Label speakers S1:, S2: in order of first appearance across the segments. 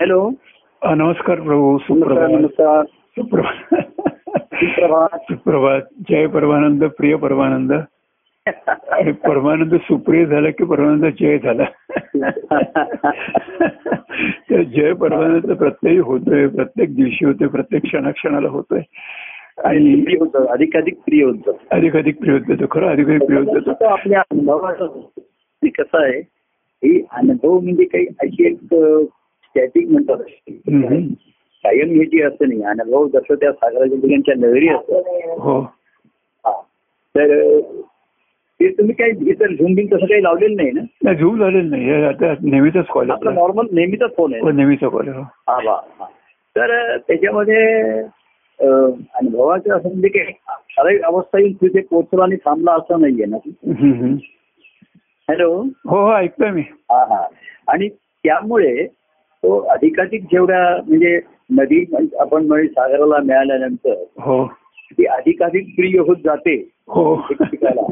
S1: Hello
S2: अ, नमस्कार प्रभू
S1: नमस्कार
S2: सुप्रभात
S1: नमस्कार
S2: सुप्रभात
S1: सुप्रभात
S2: सुप्रभात जय परमानंद प्रिय परमानंद आणि परमानंद सुप्रिय झाला की परमानंद जय झाला तर जय परमानंद प्रत्ययी होतोय प्रत्येक दिवशी होतोय प्रत्येक क्षणाक्षणाला होतोय आणि
S1: प्रिय होतं अधिकाधिक प्रिय होतं
S2: अधिक अधिक प्रिय होत जातो खरं अधिक अधिक प्रिय होत जातो
S1: तो आपल्या अनुभवाचा होतं. ते कसं आहे हे अनुभव म्हणजे काही अशी एक स्टॅटिक म्हणतात अशी.
S2: हम्म.
S1: कायम हे जी असं नाही अनुभव जसं त्या सागराच्या ठिकाणच्या लहरी असतात
S2: हो
S1: हा. तर ते तुम्ही काही इतर झुंबिंग तसं काही लावलेलं नाही ना
S2: नाही झूम झालेलं नाही हे आता नेहमीचाच कॉल
S1: आपला
S2: आहे
S1: नॉर्मल नेहमीचाच फोन आहे ना?
S2: हो, नेहमीचा कॉल आहे, हो
S1: हा वा वा. तर त्याच्यामध्ये अ, अनुभवाचं असं म्हणजे काही ठराविक अवस्था येईल तिथे पोहोचलो आणि थांबला असं नाहीये ना
S2: हम्म, हम्म.
S1: हॅलो
S2: हो हो ऐकतोय मी
S1: हा हा आणि त्यामुळे तो अधिकाधिक जेवढ्या म्हणजे नदी म्हणजे आपण म्हणजे सागराला मिळाल्यानंतर
S2: हो
S1: ती अधिकाधिक प्रिय होत जाते
S2: हो
S1: एक शिकायला.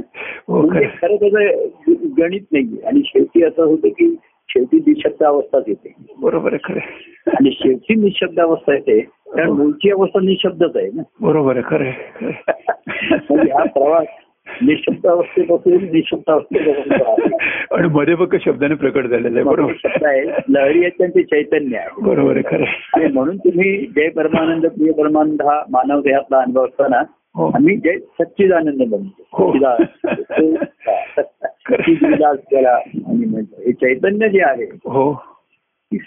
S2: हो
S1: म्हणजे खरं
S2: खरं.
S1: त्याचं गणित नाहीये आणि शेवटी असं होतं की शेवटी निशब्द अवस्थाच येते
S2: बरोबर आहे खरे
S1: आणि शेवटी निशब्द अवस्था येते कारण मूळची अवस्था निशब्दच आहे ना
S2: बरोबर आहे खरे
S1: म्हणजे हा प्रवास निशब्द अवस्थेपासून निशब्द अवस्थेपासून प्रवास.
S2: आणि मध्ये फक्त शब्दाने प्रकट झालेलं आहे बरोबर
S1: शब्द आहे लहरी आहेत त्यांचे चैतन्य आहे
S2: बरोबर आहे खरे
S1: आणि म्हणून तुम्ही जय परमानंद प्रिय परमानंद हा मानव देहातला अनुभव असताना
S2: हो
S1: आम्ही जय सच्चिदानंद
S2: हो.
S1: बनतो सच्चिदास त्याला आम्ही म्हणतो हे चैतन्य जे आहे
S2: हो
S1: ती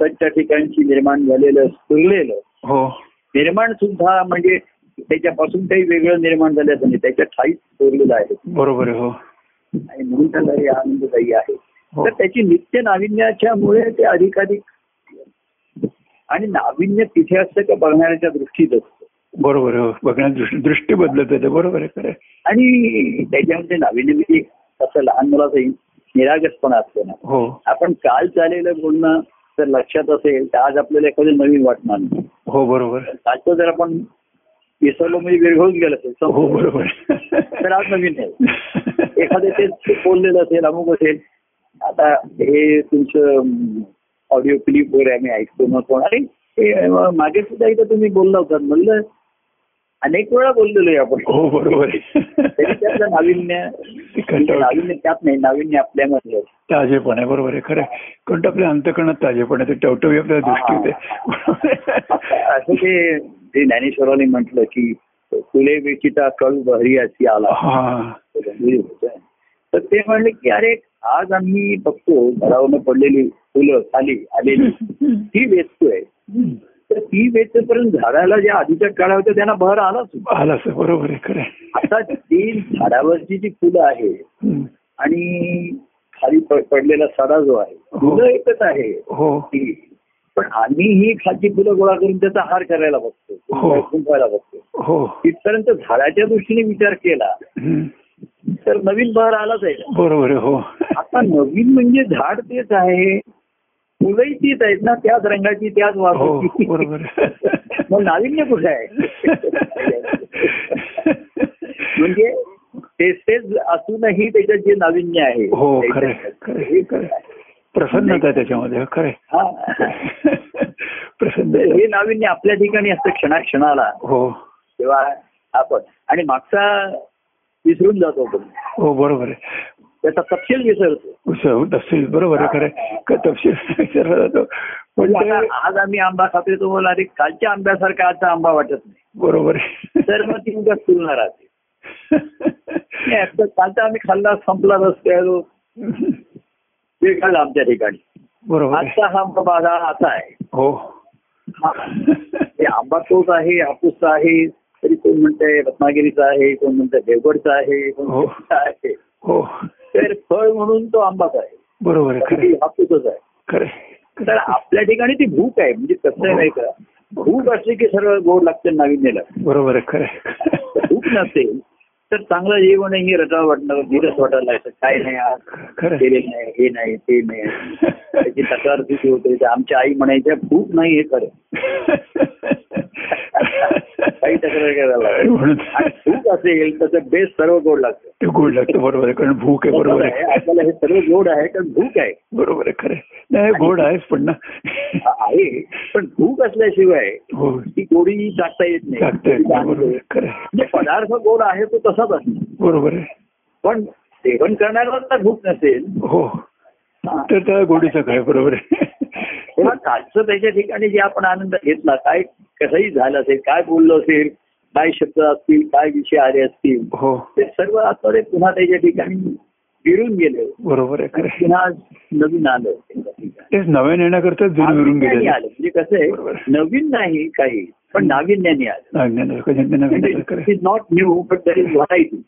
S1: सच्च्या ठिकाणची निर्माण झालेलं स्फुरलेलं
S2: हो
S1: निर्माण सुद्धा म्हणजे त्याच्यापासून काही वेगळं निर्माण झालं असं नाही त्याच्या ठाईच कोरलेलं आहे
S2: बरोबर आहे हो
S1: आणि म्हणून त्याला हे आनंददायी आहे
S2: हो.
S1: तर त्याची नित्य नाविन्याच्यामुळे ते अधिकाधिक आणि नाविन्य तिथे असतं का बघणाऱ्याच्या दृष्टीत असतं
S2: बरोबर आहे हो बघण्यात दृष्टी दृष्टी बदलत येते बरोबर आहे खरे
S1: आणि त्याच्यामध्ये नाविन्य म्हणजे असं लहान मुलाचंही निरागसपणा असतो ना
S2: हो
S1: आपण काल चाललेलं बोलणं जर लक्षात असेल तर आज आपल्याला एखादं नवीन वाटणार नाही
S2: हो बरोबर आहे.
S1: कालचं जर आपण विसरलो म्हणजे वेळ होऊन गेला असेल
S2: हो
S1: संपलं.
S2: बरोबर आहे.
S1: तर आज नवीन आहे एखादं ते बोललेलं असेल अमुक असेल आता हे तुमचं ऑडिओ क्लिप वगैरे आम्ही ऐकतो मग कोण अरे हे अं, मागे सुद्धा इथं तुम्ही बोलला होता म्हणलं अनेक वेळा बोललेलो आहे आपण
S2: हो बरोबर आहे.
S1: तरी त्यातलं नाविन्य म्हणजे
S2: ते कंटाळ-
S1: नाविन्य त्यात नाही नाविन्य आपल्यामध्ये आहे.
S2: ताजेपण आहे बरोबर आहे खरं आहे. कारण ते आपल्या अंतकरणात ताजेपण आहे ते टवटवी आपल्या
S1: आता
S2: दृष्टीत
S1: असं ते ते ज्ञानेश्वरांनी म्हटलं की फुले वेचिता कळ बहरी अशी आला
S2: हा
S1: तर ते म्हणले की अरे आज आम्ही बघतो घरावरनं पडलेली फुलं खाली आलेली ती वेचतोय तर ती वेचेपर्यंत झाडाला ज्या आधीच्या काळा होत्या त्यांना बहर आलाच होता.
S2: आला असं बरोबर आहे खरं आहे.
S1: आता ती झाडावरची जी फुलं आहे
S2: हम्म.
S1: आणि खाली प- पडलेला सडा जो आहे फुलं एकच आहे
S2: हो
S1: ती पण आम्ही ही खालची फुलं गोळा करून त्याचा हार करायला बघतो
S2: हो.
S1: कुंकवायला बघतो
S2: हो
S1: तिथपर्यंत झाडाच्या दृष्टीने विचार केला
S2: हम्म.
S1: तर नवीन बहर आलाच आहे
S2: बरोबर आहे हो
S1: आता नवीन म्हणजे झाड तेच आहे फुलंही तीच आहेत ना त्याच रंगाची त्याच
S2: हो
S1: वासाची
S2: बरोबर आहे.
S1: मग नाविन्य कुठे आहे म्हणजे तेच तेच असूनही त्याच्यात जे नाविन्य आहे
S2: हो, खरं आहे, खरं आहे,
S1: हे
S2: खरं प्रसन्नता आहे त्याच्यामध्ये खरे
S1: हा.
S2: प्रसन्न आहे.
S1: हे नाविन्य आपल्या ठिकाणी असतं क्षणाक्षणाला
S2: हो
S1: तेव्हा आपण आणि मागचा विसरून जातो आपण
S2: हो बरोबर आहे
S1: त्याचा तपशील विसरतो
S2: उत्सव तपशील बरोबर आहे खरं का तपशील विसरला जातो पण
S1: आता
S2: ते
S1: आज आम्ही आंबा खातोय तो मला अरे कालच्या आंब्यासारखा आजचा आंबा वाटत नाही
S2: बरोबर आहे.
S1: तर मग ती उगाच तुलना राहते नाही, आता कालचा आम्ही खाल्ला संपला रस्त्यावर वेळ झाला आमच्या ठिकाणी
S2: बरोबर आहे.
S1: आजचा हा आमचा बाधा असा आहे
S2: हो
S1: हा. हे आंबा तोच आहे हापूसचा आहे तरी कोण म्हणतंय रत्नागिरीचा आहे कोण म्हणतंय देवगडचा आहे कोण
S2: हो.
S1: कोणता आहे
S2: हो
S1: तर फळ म्हणून तो आंबाच आहे
S2: बरोबर आहे खरे
S1: कधी हापूसच आहे
S2: खरे
S1: तर आपल्या ठिकाणी ती भूक आहे म्हणजे कसं आहे नाही का भूक असली की सरळ गोड लागते नाविन्यला
S2: बरोबर आहे खरे
S1: भूक नसेल तर चांगलं जेवण हे रटाळ वाटणार निरस वाटायला लागतं काय नाही आज
S2: खरं
S1: केले नाही हे नाही ते नाही त्याची तक्रार किती होते ते आमच्या आई म्हणायच्या भूक नाही हे खरं काही तक्रार करायला लागेल
S2: म्हणून
S1: आणि भूक असेल त्याचं बेस्ट सर्व गोड लागतं
S2: ते गोड लागतं बरोबर आहे कारण भूक आहे बरोबर
S1: आहे,
S2: आहे
S1: आपल्याला हे सर्व गोड आहे कारण भूक आहे
S2: बरोबर आहे खरं आहे. नाही गोड आहेच पण ना
S1: आ- आहे पण भूक असल्याशिवाय
S2: हो
S1: ती गोडी टाकता येत नाही
S2: लागतंय
S1: ती
S2: बरोबर आहे.
S1: लागते.
S2: खरं आहे.
S1: म्हणजे पदार्थ गोड आहे तो तसाच असणार
S2: बरोबर आहे
S1: पण सेवन करणाऱ्याला भूक नसेल
S2: हो
S1: हा.
S2: तर त्या गोडीचं काय बरोबर आहे
S1: तेव्हा कालचं त्याच्या ठिकाणी जे आपण आनंद घेतला काय कसंही झालं असेल काय बोललो असेल काय शब्द असतील काय विषय आले असतील
S2: हो
S1: ते सर्व आतमध्ये पुन्हा त्याच्या ठिकाणी विरून गेले
S2: बरोबर आहे खरं आहे.
S1: पुन्हा नवीन आलं त्याच्या ठिकाणी.
S2: तेच नव्याने येण्याकरता जुने विरून
S1: नाविन्याने
S2: गेले
S1: आलं म्हणजे कसं
S2: बरोबर.
S1: आहे नवीन नाही काही पण नाविन्याने आलं इट
S2: नवीन
S1: is not new but that is variety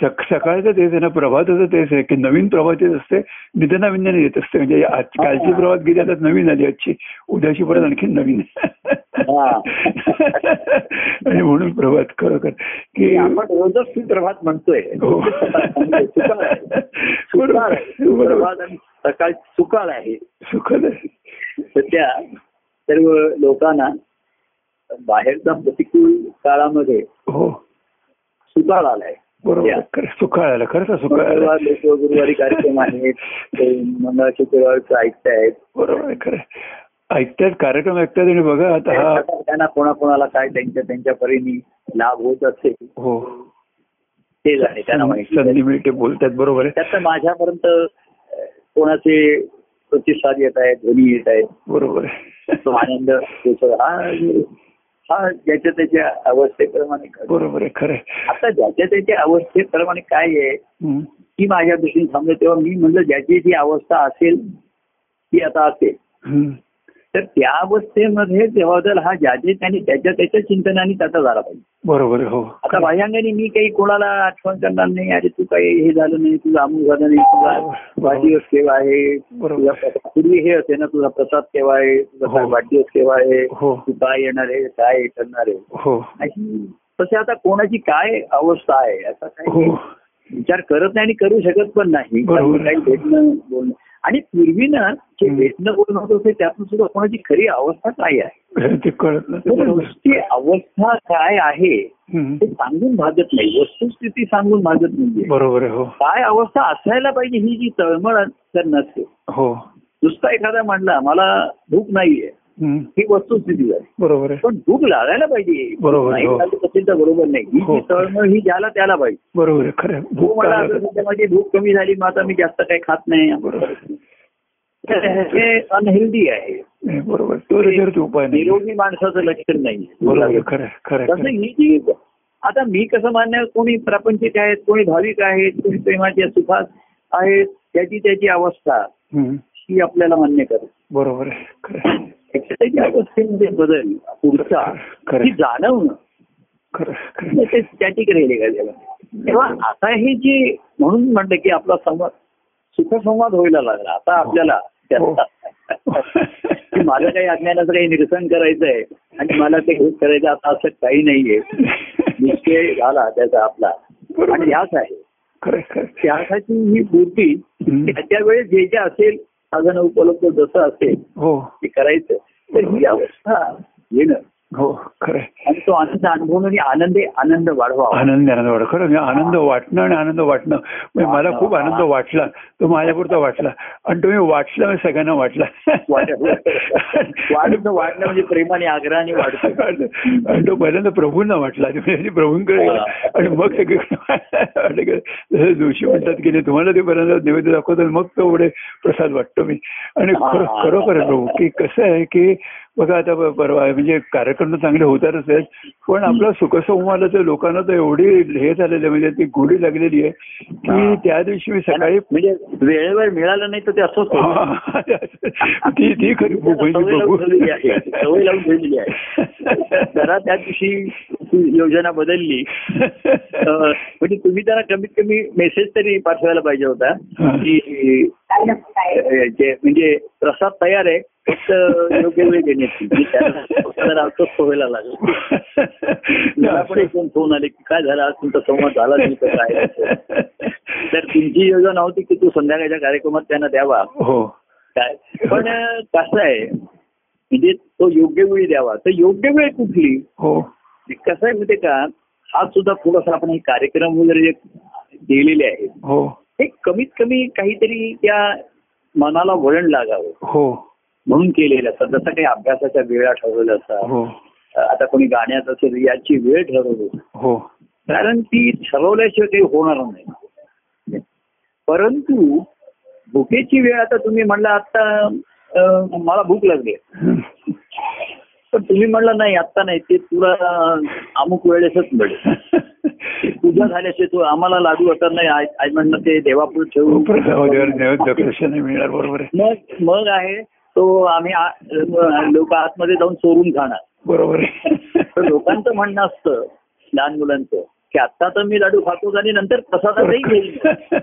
S2: सक- सकाळचं तेच आहे ना प्रभाताचं तेच आहे की नवीन प्रभात येत असते निधना विज्ञाने येत असते म्हणजे आज कालची प्रभात गेली आता नवीन आली आजची उद्याची परत आणखी नवीन आणि म्हणून प्रभात खरोखर की
S1: आपण रोजच सुप्रभात म्हणतोय
S2: हो.
S1: सुकाळ आहे. सुकाळ
S2: बरोबर.
S1: आहे. सुप्रभात आणि सकाळ सुकाळ आहे
S2: सुखद आहे.
S1: सध्या सर्व लोकांना बाहेरचा प्रतिकूल काळामध्ये
S2: हो
S1: सुकाळ आलाय
S2: बरोबर
S1: या.
S2: खरं सुखाळ आला खरंच सुखाळ आला
S1: मंगळवार लोक गुरुवारी कार्यक्रम आहेत ते मंगळ शुक्रवारचं ऐकतायत
S2: बरोबर आहे, खरं आहे. ऐकतात कार्यक्रम ऐकतात आणि बघा आता हा
S1: आता त्यांना कोणाकोणाला काय त्यांच्या त्यांच्या परीने लाभ होत असेल
S2: हो
S1: ते झाले त्यांना माहिती आहे.
S2: संधी मिळते बोलतात बरोबर आहे
S1: त्यात माझ्यापर्यंत अ, कोणाचे प्रतिसाद येत आहेत ध्वनी येत आहेत
S2: बरोबर आहे
S1: तो आनंद होतो. हा हा ज्याच्या त्याच्या अवस्थेप्रमाणे घडतो.
S2: बरोबर आहे खरं आहे.
S1: आता ज्याच्या त्याच्या अवस्थेप्रमाणे काय आहे
S2: हम्म.
S1: ती माझ्या दृष्टीने समजा तेव्हा मी म्हणलं ज्याची जी अवस्था असेल ती आता असेल
S2: हम्म.
S1: तर त्या अवस्थेमध्ये बदल हा ज्या जे त्याने त्याच्या त्याच्या चिंतनाने त्याचा झाला पाहिजे
S2: बरोबर आहे, हो
S1: आता बाह्यांगाने मी काही कोणाला आठवण करणार नाही अरे तू काही हे झालं नाही तुझं अमुक झालं नाही तुझा
S2: हो, बरोबर.
S1: वाढदिवस केव्हा आहे
S2: बरोबर.
S1: तुझा प्रसाद- पूर्वी हे असे ना तुझा प्रसाद केव्हा आहे तुझा
S2: हो.
S1: काय वाढदिवस केव्हा आहे
S2: हो.
S1: तू काय येणार आहे काय हे करणार आहे
S2: हो
S1: अशी तसे आता कोणाची काय अवस्था आहे असा काही
S2: हो
S1: विचार करत नाही आणि करू शकत पण नाही
S2: बरोबर.
S1: कारण काही भेटणं बोलणं आणि पूर्वी ना जे
S2: हं.
S1: भेटणं बोलणं होतं ते त्यातून सुद्धा कोणाची खरी अवस्था काय आहे
S2: ते कळत नाही
S1: तर
S2: ते हो, बरोबर.
S1: ती अवस्था काय आहे
S2: हम्म.
S1: ते सांगून भागत नाही वस्तुस्थिती सांगून भागत नाहीये
S2: बरोबर आहे हो
S1: काय अवस्था असायला पाहिजे ही जी तळमळ तर नसते
S2: हो
S1: नुसता एखादा म्हणला मला भूक नाहीये
S2: हम्म.
S1: ही वस्तुस्थिती झाली
S2: बरोबर आहे
S1: पण भूक लागायला पाहिजे
S2: बरोबर,
S1: नाही
S2: हो.
S1: लागत असेल तर बरोबर नाही ही
S2: हो.
S1: जी तळमळ ही ज्याला त्याला पाहिजे
S2: बरोबर आहे खरं आहे.
S1: भूक
S2: भूक
S1: हो, मला
S2: लागत
S1: असं
S2: आहे.
S1: सध्या माझी भूक कमी झाली मग आता मी जास्त काही खात
S2: बरोबर
S1: नाही
S2: आहे.
S1: तर हे अनहेल्दी आहे
S2: नाही, बरोबर तो त्याच्यावरती उपाय नाही
S1: निरोगी माणसाचं लक्षण
S2: बरोबर आहे,
S1: नाही
S2: खरं आहे, खरं आहे,
S1: तसं
S2: खरं आहे.
S1: ही जी आता मी कसं मान्य कोणी प्रापंचिक आहेत कोणी भाविक आहेत कोणी प्रेमाच्या सुखात आहेत त्याची त्याची अवस्था
S2: हम्म.
S1: ही आपल्याला मान्य करत
S2: बरोबर आहे खरं आहे.
S1: त्याच्या त्याची अवस्थेमध्ये बदल पुढचा
S2: खरं.
S1: ती जाणवणं
S2: खरं आहे, खरं आहे.
S1: ते स्टॅटिक राहिले का त्याला तेव्हा आता हे जे म्हणून म्हणलं की आपला संवाद सुखसंवाद व्हायला लागला आता आपल्याला
S2: हो.
S1: त्यात- की माझं काही अज्ञानाचं काही निरसन करायचं आहे आणि मला ते हेच करायचं आता असं काही नाहीये निश्चय झाला त्याचा आपला
S2: बरोबर.
S1: आणि ह्याच आहे
S2: खरं आहे, खरं आहे.
S1: त्यासाठी ही मूर्ती
S2: हम्म.
S1: त्याच्या वेळेस जे जे असेल साधन उपलब्ध जसं असेल
S2: हो
S1: ते करायचं तर ही अवस्था येणं
S2: हो खरं आहे.
S1: आणि तो आनंद अनुभवून आणि आनंदे आनंद वाढवा
S2: आनंद आनंद वाढ खरं म्हणजे आनंद वाटणं आणि आनंद वाटणं म्हणजे मला खूप आनंद वाटला तो माझ्यापुरता वाटला आणि तुम्ही वाटला म्हणजे सगळ्यांना वाटला
S1: वाढणं वाढणं म्हणजे प्रेमाने आग्रहाने वाढतो
S2: आणि तो पहिल्यांदा प्रभूंना वाटला आणि म्हणजे प्रभूंकडे गेला आणि मग सगळे जसं जोशी म्हणतात की नाही, तुम्हाला ते पहिल्यांदा नैवेद्य दाखवतात मग तो पुढे प्रसाद वाटतो मी आणि खरं खरोखर आहे प्रभू की कसं आहे की बघा आता प- परवा म्हणजे कार्यक्रम तर चांगले होतातच आहेत पण आपला सुखसंवादाचं लोकांना तर एवढी हे झालेलं आहे, म्हणजे ती गोडी लागलेली आहे की त्या दिवशी मी सकाळी
S1: म्हणजे वेळेवर मिळालं नाही तर ते असंच होतं.
S2: हा, ती ती खरी
S1: सवय लावून ठेवलेली आहे. सवय लावून ठेवलेली आहे जरा त्या दिवशी ती योजना बदलली अं, म्हणजे तुम्ही त्यांना कमीत कमी मेसेज तरी पाठवायला पाहिजे होता
S2: हा.
S1: की अं, जे- म्हणजे प्रसाद तयार आहे फक्त योग्य वेळ देण्याची म्हणजे त्यांना जरा असंच व्हायला लागलं मला पण एक दोन फोन आले की काय झालं आज तुमचा संवाद झाला नाही तर काय तर तुमची योजना होती की तू संध्याकाळच्या कार्यक्रमात त्यांना द्यावा
S2: हो
S1: काय पण कसं आहे म्हणजे तो योग्य वेळी द्यावा तर योग्य वेळ कुठली म्हणजे
S2: हो
S1: कसं आहे माहितीये का हा सुद्धा थोडासा आपण हे कार्यक्रम वगैरे जे केलेले आहेत
S2: हो
S1: हे कमीत कमी काहीतरी त्या मनाला वळण लागावं
S2: हो
S1: म्हणून केलेलं असतात जसं काही अभ्यासाच्या वेळा ठरवल्या असतात
S2: हो
S1: आता कोणी गाण्याचं असेल याची वेळ ठरवली
S2: हो
S1: कारण ती ठरवल्याशिवाय काही होणार नाही परंतु भुकेची वेळ आता तुम्ही म्हणला आता अं, मला भूक लागली पण तुम्ही म्हणला नाही आता नाही ते तुला अं, अमुक वेळेसच मिळेल पूजा झाल्याशिवाय तू आम्हाला लागू आता नाही आज आज म्हणणं ते देवापुढे ठेवू
S2: दर्शन मिळणार बरोबर आहे
S1: मग मग आहे तो आम्ही लोक आतमध्ये जाऊन चोरून खाणार
S2: बरोबर
S1: तर
S2: आहे
S1: लोकांचं म्हणणं असतं लहान मुलांचं की आता तर मी लाडू खातोच आणि नंतर प्रसादातही घेईन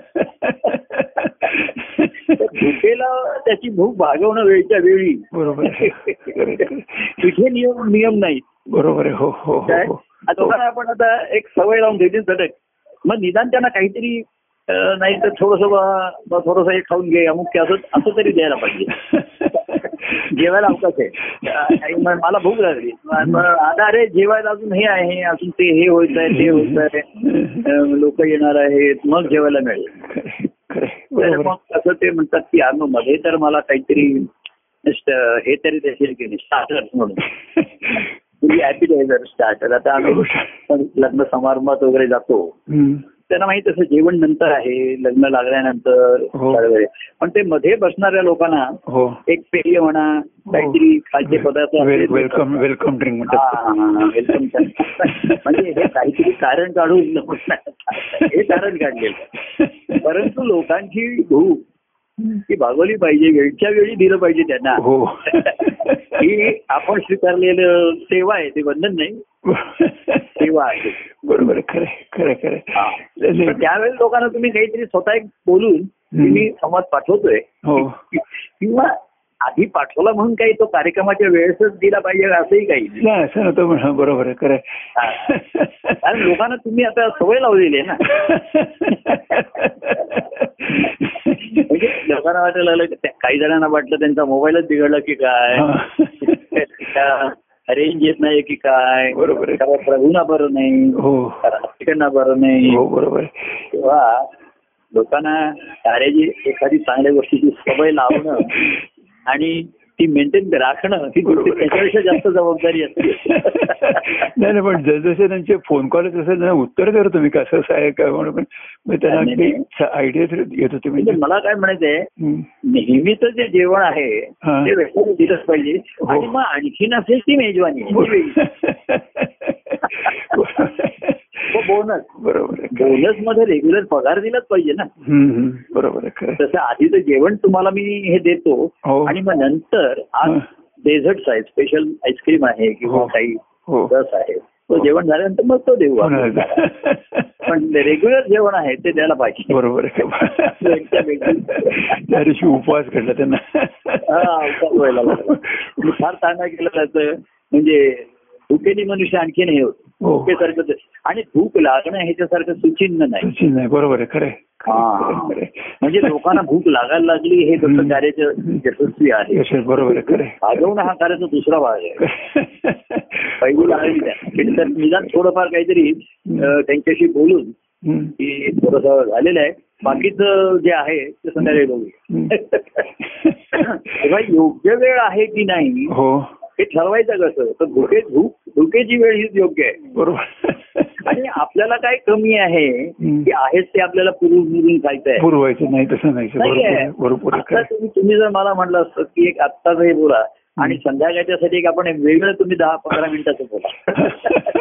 S1: तर भुकेला त्याची भूक भागवणं वेळच्या वेळी
S2: बरोबर आहे.
S1: तिथे नियम नियम नाही
S2: बरोबर आहे हो हो
S1: काय
S2: हो
S1: आता लोकांना आपण आता एक सवय लावून घेतली झटक मग निदान त्यांना काहीतरी अं, नाही तर थोडस थोडस हे खाऊन घे अमुक ते असं असं तरी द्यायला पाहिजे जेवायला अवकाश आहे अं, आई म्हण- मला भूक लागली मग- मग आता अरे जेवायला अजून हे आहे अजून ते हे होत आहे ते होत आहे लोक येणार आहेत मग जेवायला मिळेल
S2: खरं- खरं आहे.
S1: तर
S2: बरोबर
S1: मग
S2: आहे.
S1: असं ते म्हणतात की अनु मध्ये तर मला काहीतरी नुसतं हे तरी देशील की नाही स्टार्टर म्हणून म्हणजे पूर्वी appetizer स्टार्टर आता आम्ही पण लग्न समारंभात वगैरे जातो
S2: हो, हम्म.
S1: त्यांना माहित असं जेवण नंतर आहे लग्न लागल्यानंतर
S2: हो.
S1: वगैरे पण ते मध्ये बसणाऱ्या लोकांना
S2: हो
S1: एक पेय म्हणा काहीतरी खाद्य पदार्थ
S2: वेल-
S1: असेल.
S2: वेलकम वेलकम ड्रिंक
S1: हा, हा, हा, welcome
S2: म्हणतात
S1: sir. म्हणजे हे काहीतरी कारण काढून हे कारण काढलेलं परंतु लोकांची भूक ती भागवली पाहिजे वेळच्या वेळी दिलं पाहिजे त्यांना
S2: हो
S1: ही आपण स्वीकारलेलं सेवा आहे ते बंधन नाही सेवा आहे
S2: बरोबर आहे. खरं आहे, खरं आहे, खरं
S1: हा.
S2: आहे. नाही, नाही.
S1: पण त्यावेळेस लोकांना तुम्ही काहीतरी स्वतः एक बोलून की
S2: हम्म.
S1: मी संवाद पाठवतोय
S2: हो
S1: किंवा आधी पाठवला म्हणून काही तो कार्यक्रमाच्या वेळेसच दिला पाहिजे असंही काही नाही.
S2: नाही असं नव्हतं पण हा, बरोबर आहे खरं आहे.
S1: कारण लोकांना तुम्ही आता सवय लावलेली आहे ना म्हणजे लोकांना वाटायला लागलं की त्या- काही जणांना वाटलं त्यांचा मोबाईलच बिघडला की काय
S2: हा.
S1: रेंज येत नाही की काय
S2: बरोबर आहे.
S1: तेव्हा प्रभूना बरं नाही
S2: हो
S1: राजकीयांना बरं नाही
S2: हो बरोबर आहे.
S1: तेव्हा लोकांना कार्याची एखादी चांगल्या गोष्टीची सवय लावणं आणि ती मेंटेन राखणं ही गोष्ट
S2: बरोबर आहे.
S1: त्याच्यापेक्षा जास्त जबाबदारी असते
S2: नाही नाही पण जसजसे त्यांचे फोन कॉल येत असेल त्यांना उत्तर द्या तुम्ही कसं असं आहे काय म्हणून पण मग
S1: नाही,
S2: त्यांना
S1: नाही.
S2: आयडिया येत
S1: म्हणजे
S2: होती म्हणजे
S1: मला काय म्हणायचंय
S2: हं.
S1: नेहमीच जे जेवण आहे
S2: हा.
S1: ते व्यक्तीने दिलंच पाहिजे
S2: हो.
S1: आणि मग आणखीन असेल ती मेजवानी ती
S2: बरोबर.
S1: वेगळी. तो बोनस
S2: बरोबर आहे.
S1: बोनस मध्ये रेग्युलर पगार दिलाच पाहिजे ना
S2: हं, हं. बरोबर आहे खरं आहे.
S1: तसं आधीचं जेवण तुम्हाला मी हे देतो
S2: हो.
S1: आणि मग नंतर आज
S2: हं.
S1: डेझर्ट आहे स्पेशल आईस्क्रीम आहे किंवा
S2: हो.
S1: काही
S2: हो
S1: रस आहे तो जेवण झाल्यानंतर मग तो देऊ आपण. पण रेग्युलर जेवण आहे ते द्यायला पाहिजे
S2: बरोबर आहे
S1: एकट्या वेगळी.
S2: त्या दिवशी उपवास घडला त्यांना
S1: हा, उपवास व्हायला लागला. आणि फार तांडा केलं जातं म्हणजे भुकेनी मनुष्य आणखीन हे होतं
S2: हो
S1: भुकेसारखंच आहे. आणि भूक लागणं ह्याच्यासारखं सुचिन्ह नाही
S2: सुचिन नाही बरोबर आहे खरं आहे. खरं आहे,
S1: हा.
S2: खरं आहे.
S1: म्हणजे लोकांना भूक लागायला लागली हे जसं
S2: हम्म.
S1: कार्याचं यशस्वी आहे
S2: यशस्वी, बरोबर आहे खरं आहे.
S1: भागवणं हा कार्याचा दुसरा भाग आहे पहिली लागली नाही. तर
S2: हम्म.
S1: निदान थोडंफार काहीतरी अं, त्यांच्याशी बोलून की थोडस झालेलं आहे बाकीचं जे आहे ते संध्याकाळी
S2: हम्म.
S1: बघूया तेव्हा योग्य वेळ आहे की नाही
S2: हो
S1: हे ठरवायचं कसं तर भुके भूक भुकेची वेळ हीच योग्य आहे
S2: बरोबर
S1: आणि आपल्याला काय कमी आहे
S2: हम्म.
S1: की आहेच ते आपल्याला पुरून मुरून खायचं आहे
S2: पुरवायचं नाही तसं नाही बरोबर आहे, बरोबर आहे,
S1: आता
S2: खरं आहे.
S1: तुम्ही तुम्ही जर मला म्हटलं असतं की एक आत्ताच हे बोला आणि
S2: हम्म.
S1: संध्याकाळच्यासाठी एक आपण एक वेगळं तुम्ही दहा पंधरा मिनिटाचं बोला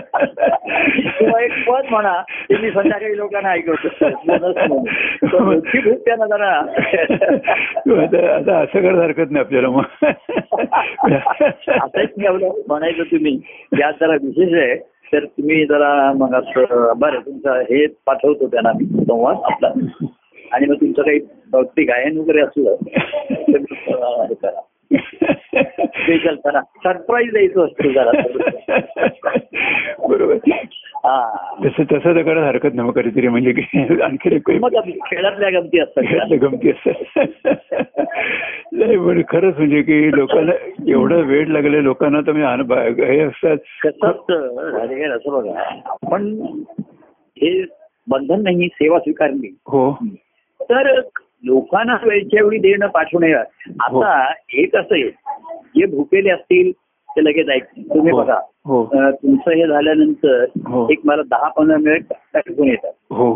S1: किंवा एक पद म्हणा ते मी संध्याकाळी लोकांना ऐकवतो बोनस
S2: हो.
S1: म्हणून. तर मोठी भूक त्यांना
S2: तू
S1: जरा
S2: आता आता असं करायला हरकत नाही आपल्याला
S1: आता एक
S2: मग
S1: मी एवढं म्हणायचं तुम्ही यात जरा विशेष आहे तर तुम्ही जरा मग असं बरं तुमचं हे पाठवतो त्यांना मी संवाद आपला आणि मग तुमचं काही भक्ती गायन वगैरे असलं तर अं, हे करा ते कल्पना सरप्राईज द्यायचं असतं जरा
S2: बरोबर
S1: हा
S2: तसं तसं तर करायला हरकत नाही मग कधीतरी म्हणजे की आणखी एक
S1: मग आपली खेळातल्या गमती असतात
S2: खेळातल्या गमती असतात नाही पण खरंच म्हणजे की लोकांना एवढा वेळ लागले लोकांना तर मी अनुभव- हे असतात
S1: कसं असतं, राजेकर, असं बघा आपण हे बंधन नाही सेवा स्वीकारली
S2: हो
S1: तर लोकांना वेळच्या वेळी देणं पाठवणे
S2: हो.
S1: आता एक असं आहे जे भुकेले असतील ते लगेच ऐकतील तुम्ही
S2: हो.
S1: बघा
S2: हो
S1: अं, तुमचं हे
S2: हो.
S1: झाल्यानंतर एक मला दहा पंधरा मिनिट टाकून येतात
S2: हो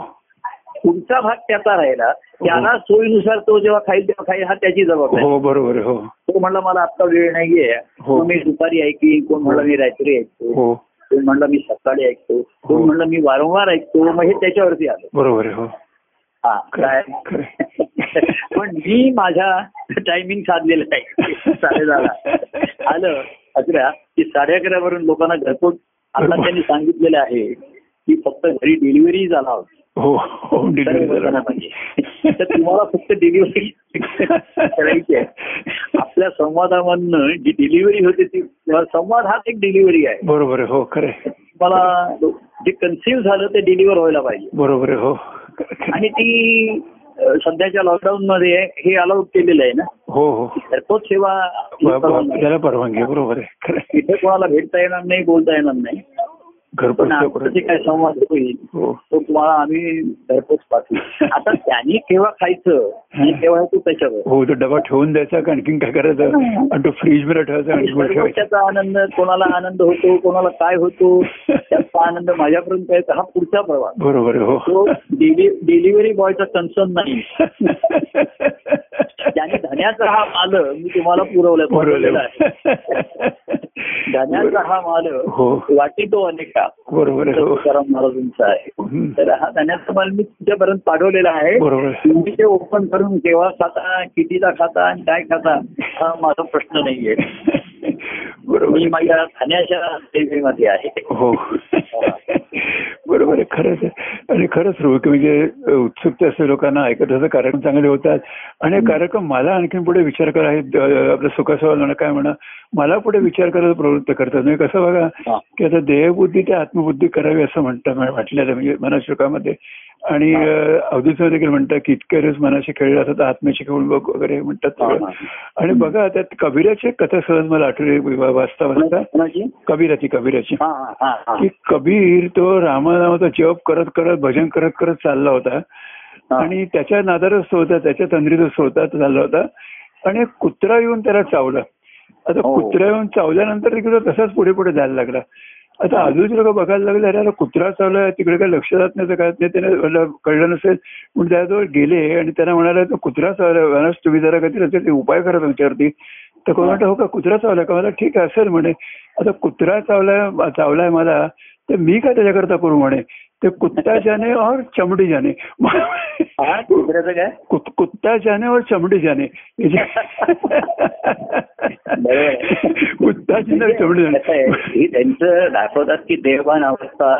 S1: पुढचा भाग त्याचा राहिला त्याला सोयीनुसार तो जेव्हा खाईल तेव्हा खाईल हा त्याची जबाबदारी
S2: हो बरोबर आहे. हो
S1: तो म्हणला मला आता वेळ नाहीये
S2: हो.
S1: मग मी दुपारी ऐकीन कोण म्हणलं मी रात्री ऐकतो
S2: हो
S1: कोण म्हणलं मी सकाळी ऐकतो कोण
S2: हो.
S1: म्हणलं मी वारंवार ऐकतो मग हे त्याच्यावरती आलं
S2: बरोबर आहे. हो
S1: हा काय
S2: खरं- खरं.
S1: पण मी माझ्या टायमिंग साधलेलं आहे साडेदहाला आलं अकरा की साडे अकरा वरून लोकांना घरपोच आता
S2: घरपोच.
S1: त्यांनी सांगितलेलं आहे की फक्त घरी डिलिव्हरी झाला होता
S2: हो हो
S1: सर्व लोकांना पाहिजे. तर तुम्हाला फक्त डिलिव्हरी करायची आहे आपल्या संवादामधनं जी डिलिव्हरी होते ती संवाद हाच एक डिलिव्हरी आहे
S2: बरोबर आहे. हो खरे
S1: तुम्हाला जे कन्सिव्ह झालं ते डिलिव्हर व्हायला पाहिजे
S2: बरोबर आहे. हो
S1: आणि ती अ, सध्याच्या लॉकडाऊन मध्ये हे अलाउड केलेलं आहे ना
S2: हो हो
S1: तर तोच सेवा
S2: ब- ब-
S1: परवानगी.
S2: त्याला परवानगी आहे. बरोबर आहे खरं
S1: इथे कोणाला भेटता येणार नाही बोलता येणार नाही पण आमचं जे
S2: घरपोच
S1: काय संवाद होईल
S2: हो
S1: तो तुम्हाला आम्ही घरपोच पाठवू आता त्यांनी केव्हा खायचं आणि केव्हा तू त्याच्यावर
S2: हो तो डबा ठेवून द्यायचा का आणखीन काय
S1: हो.
S2: करायचं आणि तो फ्रीज मध्ये ठेवायचा आणखी कुठे ठेवायचा
S1: त्याचा आनंद कोणाला आनंद होतो कोणाला काय होतो त्याचा आनंद माझ्यापर्यंत यायचा हा पुढचा प्रवास
S2: बरोबर आहे.
S1: तो
S2: हो
S1: डिलिव्हरी बॉयचा कन्सर्न नाही त्याने धन्याचा हा आलं मी तुम्हाला पुरवलं
S2: बरोबर
S1: पुरवलेलं आहे धन्याचा हा माल
S2: हो.
S1: वाटी तो अनेका
S2: बरोबर आहे.
S1: असं
S2: हो
S1: तुकाराम महाराजांचा आहे
S2: हम्म.
S1: तर हा धन्याचा माल मी तुमच्यापर्यंत पाठवलेला आहे
S2: बरोबर आहे.
S1: तुम्ही ते ओपन करून केव्हा खाता कितीला खाता आणि काय खाता हा माझा प्रश्न नाहीये
S2: बरोबर
S1: मी
S2: आहे.
S1: माझ्या खाण्याच्या सेवेमध्ये आहे
S2: हो बरोबर आहे खरंच आहे. आणि खरंच रोहित म्हणजे उत्सुकता असते लोकांना ऐकत असं कार्यक्रम चांगले होतात आणि हे कार्यक्रम मला आणखीन पुढे विचार करायला अं, आपलं सुखासवाल म्हणा काय म्हणा मला पुढे विचार करायला प्रवृत्त करतात म्हणजे कसं बघा
S1: हा.
S2: की आता देहबुद्धी ते आत्मबुद्धी करावी असं म्हणतात म्हटलेलं आहे म्हणजे मनाश्लोकामध्ये आणि अं, अवधूतमध्ये देखील म्हणतात की इतके दिवस मनाशी खेळले असतात आत्म्याशी खेळून बघ वगैरे म्हणतात
S1: हा,
S2: सगळं.
S1: हा.
S2: आणि बघा त्यात कबीराची एक कथा सहज मला आठवली वा- वाचता वाचता
S1: कोणाची?
S2: कबीराची कबीराची
S1: हा, हा, हा, हा.
S2: की कबीर तो रामानामाचा जप करत करत भजन करत करत चालला होता
S1: हा.
S2: आणि त्याच्या नादारच तो होता त्याच्या तंद्रीतच तो होता तो चालला होता आणि एक कुत्रा येऊन त्याला चावला आता
S1: हो.
S2: कुत्रा येऊन चावल्यानंतर तिकडे तसाच पुढे पुढे जायला लागला आता आजूच लोक बघायला लागले अरे याला कुत्रा चावला तिकडे काय लक्ष जात नाही तर काय नाही त्याने मला कळलं नसेल म्हणून त्याजवळ गेले आणि त्याला म्हणाले तो कुत्रा चावला म्हणाल, तुम्ही जरा काहीतरी त्याच्यावरती उपाय करा तुमच्यावरती तर कोण म्हणतं हो का कुत्रा चावला का मला ठीक आहे असेल म्हणे आता कुत्रा चावलाय चावलाय मला तर मी काय त्याच्याकरता करू म्हणे ते कुत्ता जाने और चमडी जाने
S1: हा, दुसऱ्याचं काय
S2: कुत- कुत्ता जाने और चमडी जाने हे जे- कुत्ता जाने और चमडी
S1: कसं आहे,
S2: जाने
S1: हे त्यांचं दाखवतात की देवान अवस्था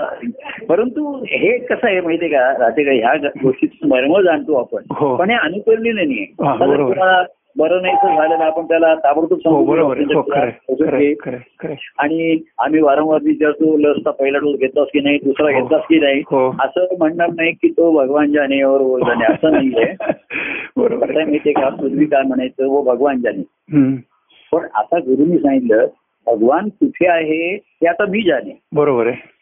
S1: परंतु हे कसं आहे माहितीये का राहते का ह्या ग- गोष्टीचं मर्म जाणतो
S2: हो.
S1: आपण पण हे अनुकरणीय नाहीये
S2: हा,
S1: आता
S2: बरोबर.
S1: तुम्हाला बरं नाही तर झालं ना, आपण त्याला ताबडतोब
S2: हो
S1: सांगू
S2: बरोबर आहे. हो
S1: शकतो.
S2: खरं आहे. खरं आहे, खरं आहे, खरं आहे.
S1: आणि आम्ही वारंवार विचारतो लसचा पहिला डोस घेतलास की नाही दुसरा
S2: हो.
S1: घेतलास की नाही
S2: हो.
S1: असं म्हणणार नाही की तो भगवान जाने और वो जाने हो, असं नाहीये
S2: बरोबर
S1: कसं आहे
S2: आहे.
S1: माहितीये का पूर्वी काय म्हणायचं वो भगवान जाने
S2: हम्म.
S1: पण आता गुरुनी सांगितलं भगवान कुठे आहे ते आता मी जाणे
S2: बरोबर आहे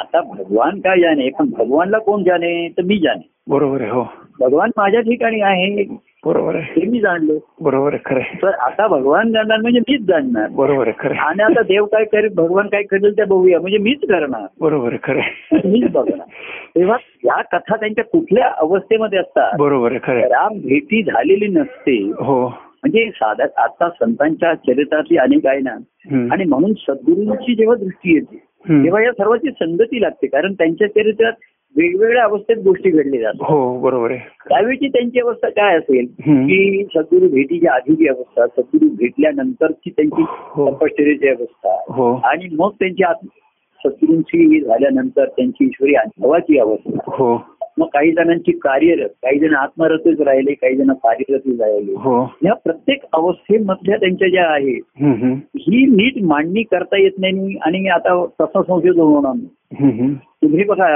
S1: आता भगवान काय जाणे पण भगवानला कोण जाणे तर मी जाणे
S2: बरोबर आहे हो
S1: भगवान माझ्या ठिकाणी आहे
S2: बरोबर आहे
S1: हे मी जाणलो
S2: बरोबर आहे खरं आहे.
S1: तर आता भगवान जाणणार म्हणजे मीच जाणणार
S2: बरोबर आहे खरं आहे.
S1: आणि आता देव काय करेल भगवान काय करेल त्या बघूया म्हणजे मीच करणार
S2: बरोबर आहे खरं आहे.
S1: मीच बघणार तेव्हा या कथा त्यांच्या कुठल्या अवस्थेमध्ये असतात
S2: बरोबर आहे खरं आहे.
S1: राम भेटी झालेली नसते
S2: हो
S1: म्हणजे साधा आता संतांच्या चरित्रातली अनेक आहे ना
S2: हम्म.
S1: आणि म्हणून सद्गुरूंची जेव्हा दृष्टी येते
S2: हम्म.
S1: तेव्हा या सर्वांची संगती लागते कारण त्यांच्या चरित्रात वेगवेगळ्या अवस्थेत गोष्टी घडल्या जातात
S2: हो बरोबर आहे
S1: त्यावेळीची त्यांची अवस्था काय असेल
S2: हम्म.
S1: की सद्गुरू भेटीच्या आधीची अवस्था सद्गुरू भेटल्यानंतरची त्यांची
S2: हो.
S1: तपश्चर्याची अवस्था
S2: हो
S1: आणि मग त्यांची आत्म सद्गुरूंची ही झाल्यानंतर त्यांची ईश्वरी अनुभवाची अवस्था
S2: हो
S1: मग काही जणांची कार्यरत काही जण आत्मरतच राहिले काही जण कार्यरतच राहिले
S2: हो
S1: या प्रत्येक अवस्थेमधल्या त्यांच्या ज्या आहेत
S2: हम्म, हम्म.
S1: ही नीट मांडणी करता येत नाही आणि आता तसा संशोधन होणार नाही
S2: हम्म, हम्म.
S1: तुम्ही बघा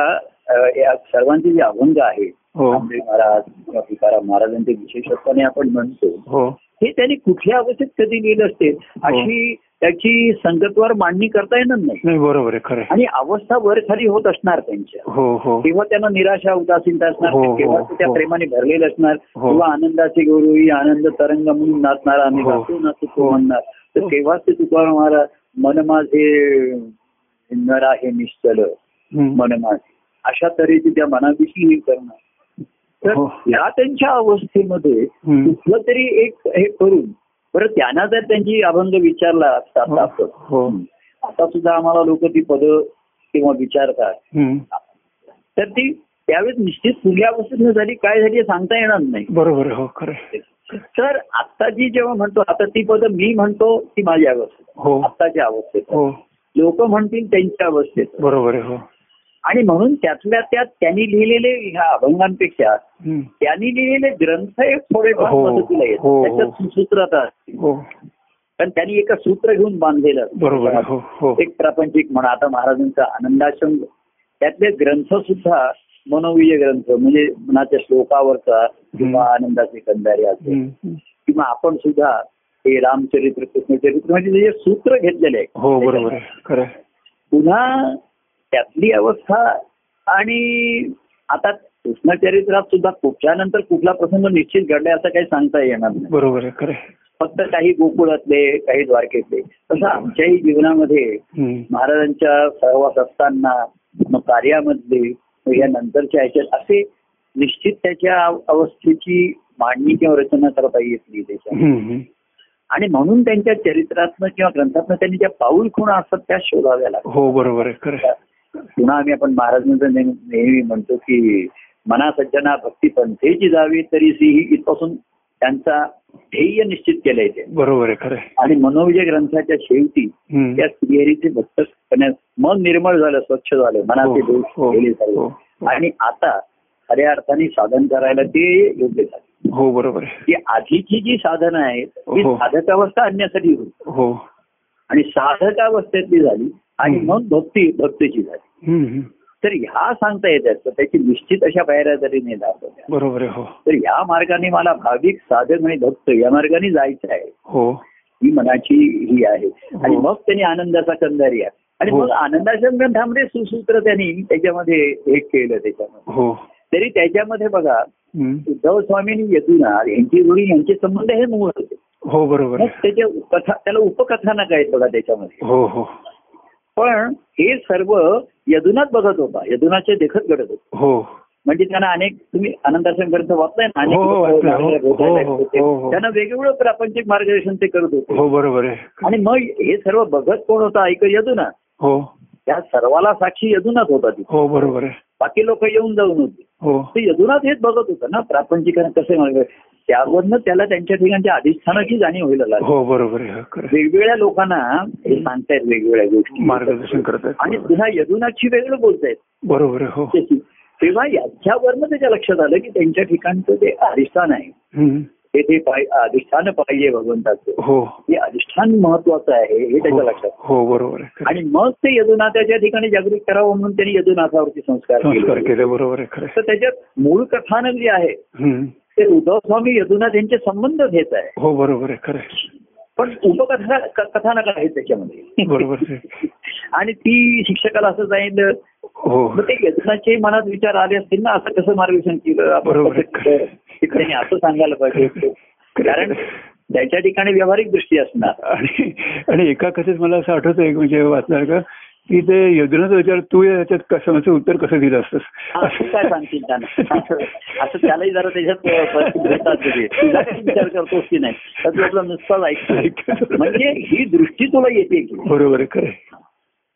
S1: अं, या सर्वांचे जे अभंग आहेत
S2: हो
S1: आंबे महाराज किंवा तुकाराम महाराजांचे विशेषत्वाने आपण म्हणतो
S2: हो
S1: हे त्यांनी कुठल्या अवस्थेत कधी लिहिलं असते अशी त्याची संगतवार मांडणी करता येणार नाही
S2: नाही बरोबर आहे खरं आहे.
S1: आणि अवस्था वर खाली होत असणार त्यांच्या
S2: हो हो
S1: किंवा त्यांना निराशा उदासीनता असणार
S2: हो, हो,
S1: किंवा ते त्या
S2: हो.
S1: प्रेमाने भरलेले असणार
S2: हो.
S1: किंवा आनंदाचे गौरवी आनंद तरंग म्हणून नाचणार आम्ही
S2: हो.
S1: नाचू नाचू तो
S2: हो.
S1: म्हणणार तर
S2: हो.
S1: तेव्हाच ते तुकाराम महाराज मन माझे नरा हे निश्चल
S2: हम्म.
S1: मन माझे अशा तऱ्हेची त्या मनाविषयी हे करणार तर
S2: हो.
S1: या त्यांच्या अवस्थेमध्ये
S2: हम्म.
S1: कुठलं तरी एक हे करून बरं त्यांना जर त्यांची अभंग विचारला असता आता आपण.
S2: हो.
S1: आता सुद्धा आम्हाला लोक ती पदं किंवा विचारतात
S2: हम्म.
S1: तर ती त्यावेळेस निश्चित कुठल्या अवस्थेतनं झाली काय झाली हे सांगता येणार नाही
S2: बरोबर आहे, हो खरं आहे.
S1: तर आता जी जेव्हा म्हणतो आता ती पद मी म्हणतो ती माझी अवस्थेत
S2: हो
S1: आत्ताच्या अवस्थेत
S2: हो
S1: लोक म्हणतील त्यांच्या अवस्थेत
S2: बरोबर आहे हो
S1: आणि म्हणून त्यातल्या त्यात त्यांनी लिहिलेले ह्या अभंगांपेक्षा
S2: हम्म.
S1: त्यांनी लिहिलेले ग्रंथ एक थोडे फार
S2: हो,
S1: मदतीला येतात
S2: हो, हो.
S1: त्याच्यात सुसूत्रता असते
S2: हो
S1: कारण त्यांनी एका सूत्र घेऊन बांधलेलं असतं.
S2: बरोबर आहे, हो हो
S1: एक प्रापंचिक म्हणा आता महाराजांचा आनंदाशंग त्यातले ग्रंथ सुद्धा मनोविय ग्रंथ म्हणजे मनाच्या श्लोकावरचा किंवा आनंदाचे कंदारे असेल
S2: हम्म.
S1: किंवा आपण सुद्धा हे रामचरित्र कृष्णचरित्र म्हणजे जे सूत्र घेतलेले आहे
S2: हो बरोबर आहे खरं आहे.
S1: पुन्हा त्यातली अवस्था आणि आता कृष्णचरित्रात सुद्धा कुठच्या नंतर कुठला प्रसंग निश्चित घडलाय असं काही सांगता येणार नाही
S2: बरोबर आहे खरं आहे.
S1: फक्त काही गोकुळातले काही द्वारकेतले तसं आमच्याही जीवनामध्ये
S2: हम्म.
S1: महाराजांच्या सहवास असताना मग कार्यामध्ये मग या नंतरच्या ह्याच्यात असे निश्चित त्याच्या अव- अवस्थेची मांडणी किंवा रचना करता येत नाही त्याच्या
S2: हम्म, हम्म.
S1: आणि म्हणून त्यांच्या चरित्रातनं किंवा ग्रंथातनं त्यांनी ज्या पाऊल खुणा असतात त्या शोधाव्या लागतात
S2: हो बरोबर आहे खरं आहे.
S1: पुन्हा आम्ही आपण महाराजांचं नेहमी नेहमी म्हणतो की मना सज्जना भक्ती पंथेची जावी तरी सी ही इथपासून त्यांचा ध्येय निश्चित केलंय ते
S2: बरोबर आहे खरं आहे.
S1: आणि मनोविजय ग्रंथाच्या शेवटी
S2: हम्म.
S1: त्या स्त्रीहरीचे भक्त करण्यास मन निर्मळ झालं स्वच्छ झालं मनाचे
S2: हो,
S1: दोष
S2: हो,
S1: गेले
S2: हो,
S1: झाले
S2: हो.
S1: आणि आता खऱ्या अर्थाने साधन करायला ते योग्य झाले
S2: हो बरोबर आहे
S1: जी आधीची जी साधनं आहेत ती
S2: हो.
S1: साधकावस्था आणण्यासाठी होती
S2: हो
S1: आणि साधकावस्थेतली झाली आणि
S2: हम्म.
S1: मग भक्ती भक्तीची झाली
S2: हम्म, हम्म.
S1: तर ह्या सांगता येतात तर त्याची निश्चित अशा पायऱ्या तरी नाही दाखवल्या
S2: बरोबर आहे हो
S1: तर या मार्गाने मला भाविक साधक आणि भक्त या मार्गाने जायचं आहे
S2: हो
S1: ही मनाची ही आहे आणि
S2: हो.
S1: मग त्यांनी आनंदाचा कंदारी आहे आणि
S2: हो.
S1: मग आनंदाच्या ग्रंथामध्ये सुसूत्र त्यांनी त्याच्यामध्ये हे केलं त्याच्यामध्ये
S2: हो
S1: तरी त्याच्यामध्ये बघा
S2: हम्म.
S1: उद्धव स्वामींनी यदुनाथ यांची जोडी यांचे संबंध हे मूळ होते
S2: हो बरोबर
S1: मग
S2: आहे
S1: त्याच्या कथा त्याला उपकथानक आहेत बघा त्याच्यामध्ये
S2: हो हो
S1: पण हे सर्व यदुनाथ बघत होता यदुनाथचे देखत घडत होते
S2: हो
S1: म्हणजे त्यांना अनेक तुम्ही आनंदाश्रम ग्रंथ वाचताय ना अनेक
S2: हो, हो, वाचलं. हो,
S1: लोकं भेटायला
S2: हो,
S1: होते.
S2: हो, हो.
S1: त्यांना वेगवेगळं प्रापंचिक मार्गदर्शन ते करत होते
S2: हो बरोबर आहे
S1: आणि मग हे सर्व बघत कोण होता ऐक यदुनाथ
S2: हो
S1: या सर्वाला साक्षी यदुनाथ होता तिथे
S2: हो बरोबर आहे
S1: बाकी लोक येऊन जाऊन होते
S2: हो
S1: ते यदुनाथ हेच बघत होतं ना प्रापंचिकांना कसे मार्ग त्यावरनं त्याला त्यांच्या ठिकाणच्या अधिष्ठानाची जाणीव व्हायला लागली
S2: हो बरोबर आहे हो, खरं आहे.
S1: वेगवेगळ्या लोकांना हे सांगतायत वेगवेगळ्या गोष्टी
S2: मार्गदर्शन करतायत
S1: आणि
S2: बरोबर.
S1: पुन्हा यदुनाथशी वेगळं बोलतायत
S2: बरोबर आहे हो
S1: त्याची. तेव्हा याच्यावरनं त्याच्या लक्षात आलं की त्यांच्या ठिकाणचं ते अधिष्ठान आहे
S2: हम्म.
S1: ते ते पाय- अधिष्ठान पाहिजे भगवंताचं
S2: हो
S1: हे अधिष्ठान महत्वाचं आहे हे त्याच्या
S2: हो,
S1: लक्षात
S2: हो बरोबर आहे खरं आहे.
S1: आणि मग ते यदुनाथाच्या ठिकाणी जागृत करावं म्हणून त्यांनी यदुनाथावरती संस्कार
S2: संस्कार
S1: केले
S2: केले बरोबर आहे खरं आहे.
S1: तर त्याच्यात मूळ कथानक जे आहे
S2: हम्म.
S1: ते उद्धव स्वामी यदुनाथ यांचे संबंध घेत आहे
S2: हो बरोबर आहे खरं आहे.
S1: पण उपकथा क- कथानक आहे त्याच्यामध्ये
S2: बरोबर आहे
S1: आणि ती शिक्षकाला असं सांगितलं
S2: हो
S1: मग ते यदुनाथचे मनात विचार आले असतील ना असं कसं मार्गदर्शन केलं आपण
S2: बरोबर
S1: कसं
S2: आहे.
S1: केलं? हे त्यांनी असं सांगायला पाहिजे कारण त्याच्या ठिकाणी व्यावहारिक दृष्टी असणार
S2: आणि आणि एका कथेत मला असं आठवतं एक म्हणजे वाचणार का की ते योजनाचा विचार तू या याच्यात कसं म्हणजे उत्तर कसं दिलं
S1: हा, तू काय सांगशील त्यांना असं त्यालाही जरा त्याच्यात अ, परिस्थिती घेतात तुझी. तू जास्त विचार करतोस की नाही तर तू आपला नुसताच ऐकतो
S2: ऐकतो.
S1: म्हणजे ही दृष्टी तुला येते की
S2: बरोबर आहे खरं आहे.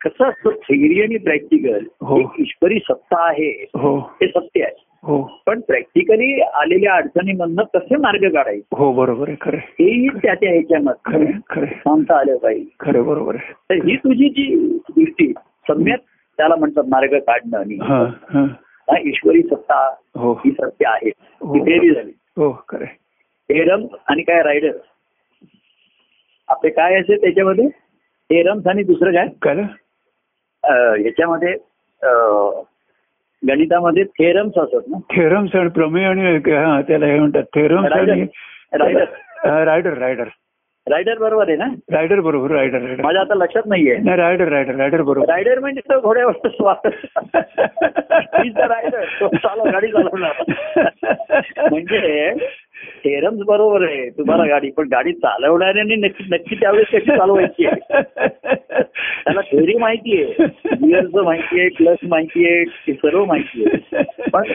S1: कसं असतं थिअरी आणि प्रॅक्टिकल
S2: हो.
S1: एक ईश्वरी सत्ता आहे
S2: हो
S1: हे सत्य आहे
S2: हो
S1: पण प्रॅक्टिकली आलेल्या अडचणीमधनं कसे मार्ग काढायचे
S2: हो बरोबर आहे खरं आहे.
S1: हेही त्या त्या ह्याच्यामध्ये
S2: खरं आहे, खरं आहे.
S1: सांगता आलं पाहिजे
S2: खरं बरोबर आहे
S1: तर ही तुझी जी दृष्टी सम्यक त्याला म्हणतात मार्ग काढणं आणि
S2: हा हा
S1: हा ईश्वरी सत्ता
S2: हो
S1: ही सत्य आहे
S2: हो.
S1: ही theory झाली
S2: हो खरं आहे.
S1: एरम्स आणि काय रायडर आपले काय असे त्याच्यामध्ये एरम्स आणि दुसरं काय
S2: काय झालं?
S1: अं, ह्याच्यामध्ये अं, गणितामध्ये थेरम्स असत ना
S2: थेरम्स आणि प्रमेय आणि एक- हा त्याला हे म्हणतात थेरम्स आणि
S1: rider rider
S2: rider rider
S1: rider बरोबर आहे ना
S2: रायडर बरोबर रायडर रायडर
S1: माझ्या आता लक्षात नाहीये
S2: नाही रायडर रायडर रायडर बरोबर
S1: रायडर म्हणजे तो घोड्यावर स्वार रायडर तो चालव गाडी चालवणार म्हणजे थेरम्स बरोबर आहे तुम्हाला गाडी पण गाडी चालवणाऱ्याने नक्की नक्की त्यावेळेस कशी चालवायची आहे त्याला थेरी माहिती आहे गिअरचं माहिती आहे क्लच माहिती आहे ते सर्व माहिती आहे पण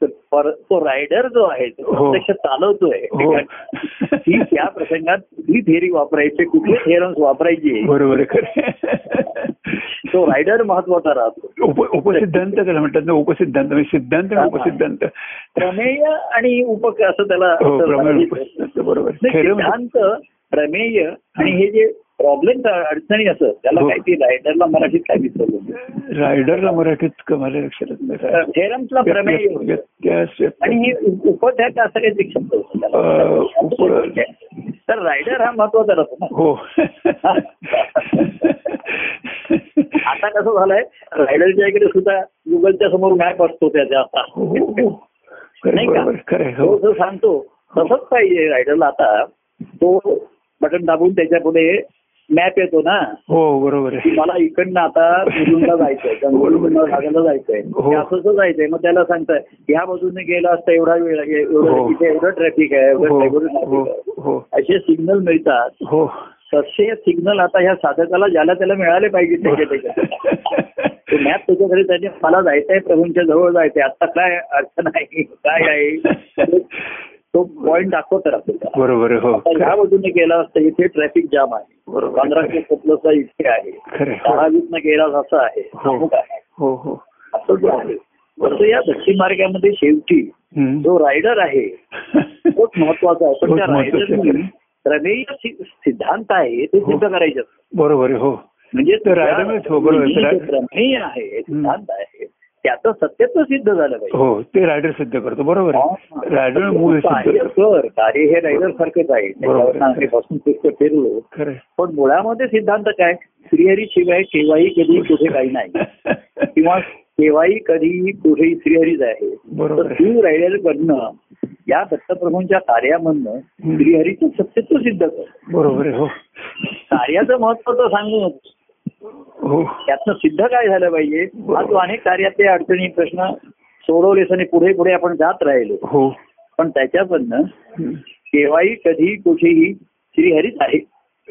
S1: तो पर- तो रायडर जो आहे तो
S2: हो.
S1: प्रत्यक्ष चालवतोय
S2: हो.
S1: ही त्या प्रसंगात कुठली थेरी वापरायची कुठले थेरम्स वापरायचे
S2: बरोबर आहे, खरं आहे.
S1: तो रायडर महत्वाचा राहतो
S2: उप उपसिद्धांत त्याला म्हणतात ना उपसिद्धांत म्हणजे सिद्धांत आणि उपसिद्धांत
S1: प्रमेय आणि उपक असं त्याला
S2: हो
S1: असं
S2: प्रमाण
S1: सांगितलं.
S2: उपसिद्धांत बरोबर
S1: नाही,
S2: खरं म्हणजे-
S1: सिद्धांत प्रमेय आणि हे जे प्रॉब्लेम अडचणी असं त्याला
S2: हो.
S1: काय ते रायडरला मराठीत काय विचारलं
S2: रायडरला मराठीत क- मला लक्षात येत नाही रायडर.
S1: थेरम्सला प्रमेय होतं.
S2: व्यत्यास- व्यत्यास-
S1: आणि हे उपध्यात असं काही एक शब्द होता
S2: अं,
S1: त्याला. तर रायडर हा महत्वाचा राहतो ना
S2: हो
S1: आता कसं झालंय रायडरच्या इकडे सुद्धा गुगलच्या समोर मॅप असतो त्याचा आता
S2: हो, हो. खरं
S1: नाही
S2: आहे,
S1: का?
S2: बरोबर खरं आहे,
S1: तो
S2: हो
S1: जो सांगतो तसंच पाहिजे रायडरला आता तो बटन दाबून त्याच्या पुढे मॅप येतो ना
S2: हो बरोबर
S1: की
S2: आहे
S1: मला इकडनं आता मुरुंडला जायचंय गंगोलीला भागाला जायचंय
S2: हो.
S1: हे असं असं जायचंय मग त्याला सांगताय ह्या बाजूने गेला असता एवढा वेळ लागे-
S2: हो.
S1: एवढं इथे एवढं ट्रॅफिक आहे एवढं
S2: हो
S1: एवढं
S2: हो
S1: traffic आहे.
S2: हो
S1: असे सिग्नल मिळतात
S2: हो
S1: तसे सिग्नल आता ह्या साधकाला ज्याला त्याला मिळाले पाहिजे त्याच्या त्याच्या तो मॅप त्याच्या घरी त्याने मला जायचंय प्रभूंच्या जवळ जायचंय आता काय अर्थ नाही काय आहे तो- तो पॉइंट दाखवत राहतो त्याला.
S2: बरोबर आहे, हो
S1: आता ह्या बाजूने गेला असता इथे ट्रॅफिक जाम आहे
S2: बरोबर.
S1: पंधराशे सतलसला इथे आहे
S2: खरं आहे, हो.
S1: दहावीतनं गेला असं आहे
S2: हो.
S1: अमुक आहे
S2: हो हो
S1: असं जो आहे परंतु या दक्षिण मार्गामध्ये शेवटी
S2: हम्म.
S1: जो रायडर आहे तोच महत्वाचा आहे पण त्या
S2: तोच महत्वाचा आहे,
S1: रायडरने प्रमेय सि- सिद्धांत आहे ते सिद्ध करायचे असतात.
S2: बरोबर आहे, हो
S1: म्हणजे
S2: तर रायडरनेच हो, बरोबर.
S1: जे
S2: रायडर-
S1: प्रमेय आहे सिद्धांत आहे त्याचं सत्यत्व सिद्ध झालं पाहिजे
S2: हो ते रायडर सिद्ध करतो बरोबर
S1: हा.
S2: आहे रायडर मूळ हो, सिद्ध
S1: कार्य
S2: करतो
S1: कर कार्य हे रायडर सारखंच आहे त्याच्यावर आम्ही बसून पुस्तक फिरलो
S2: खरं आहे.
S1: पण मुळामध्ये सिद्धांत काय श्रीहरी शिवाय केव्हाही कधी कुठे काही नाही किंवा केव्हाही कधीही कुठेही श्रीहरीच आहे
S2: बरोबर
S1: तर
S2: आहे.
S1: तू रायडर कडनं या दत्तप्रभूंच्या कार्यामधनं
S2: हम्म.
S1: श्रीहरीचं सत्यत्व सिद्ध कर
S2: बरोबर आहे हो
S1: कार्याचं महत्व तर सांगू नको
S2: हो
S1: त्यातनं सिद्ध काय झालं पाहिजे हा तू
S2: बरोबर.
S1: अनेक कार्यातले अडचणी प्रश्न सोडवलेस आणि पुढे पुढे आपण जात राहिलो
S2: हो
S1: पण त्याच्यामधनं
S2: हम्म.
S1: केव्हाही कधी कुठेही श्रीहरीच आहे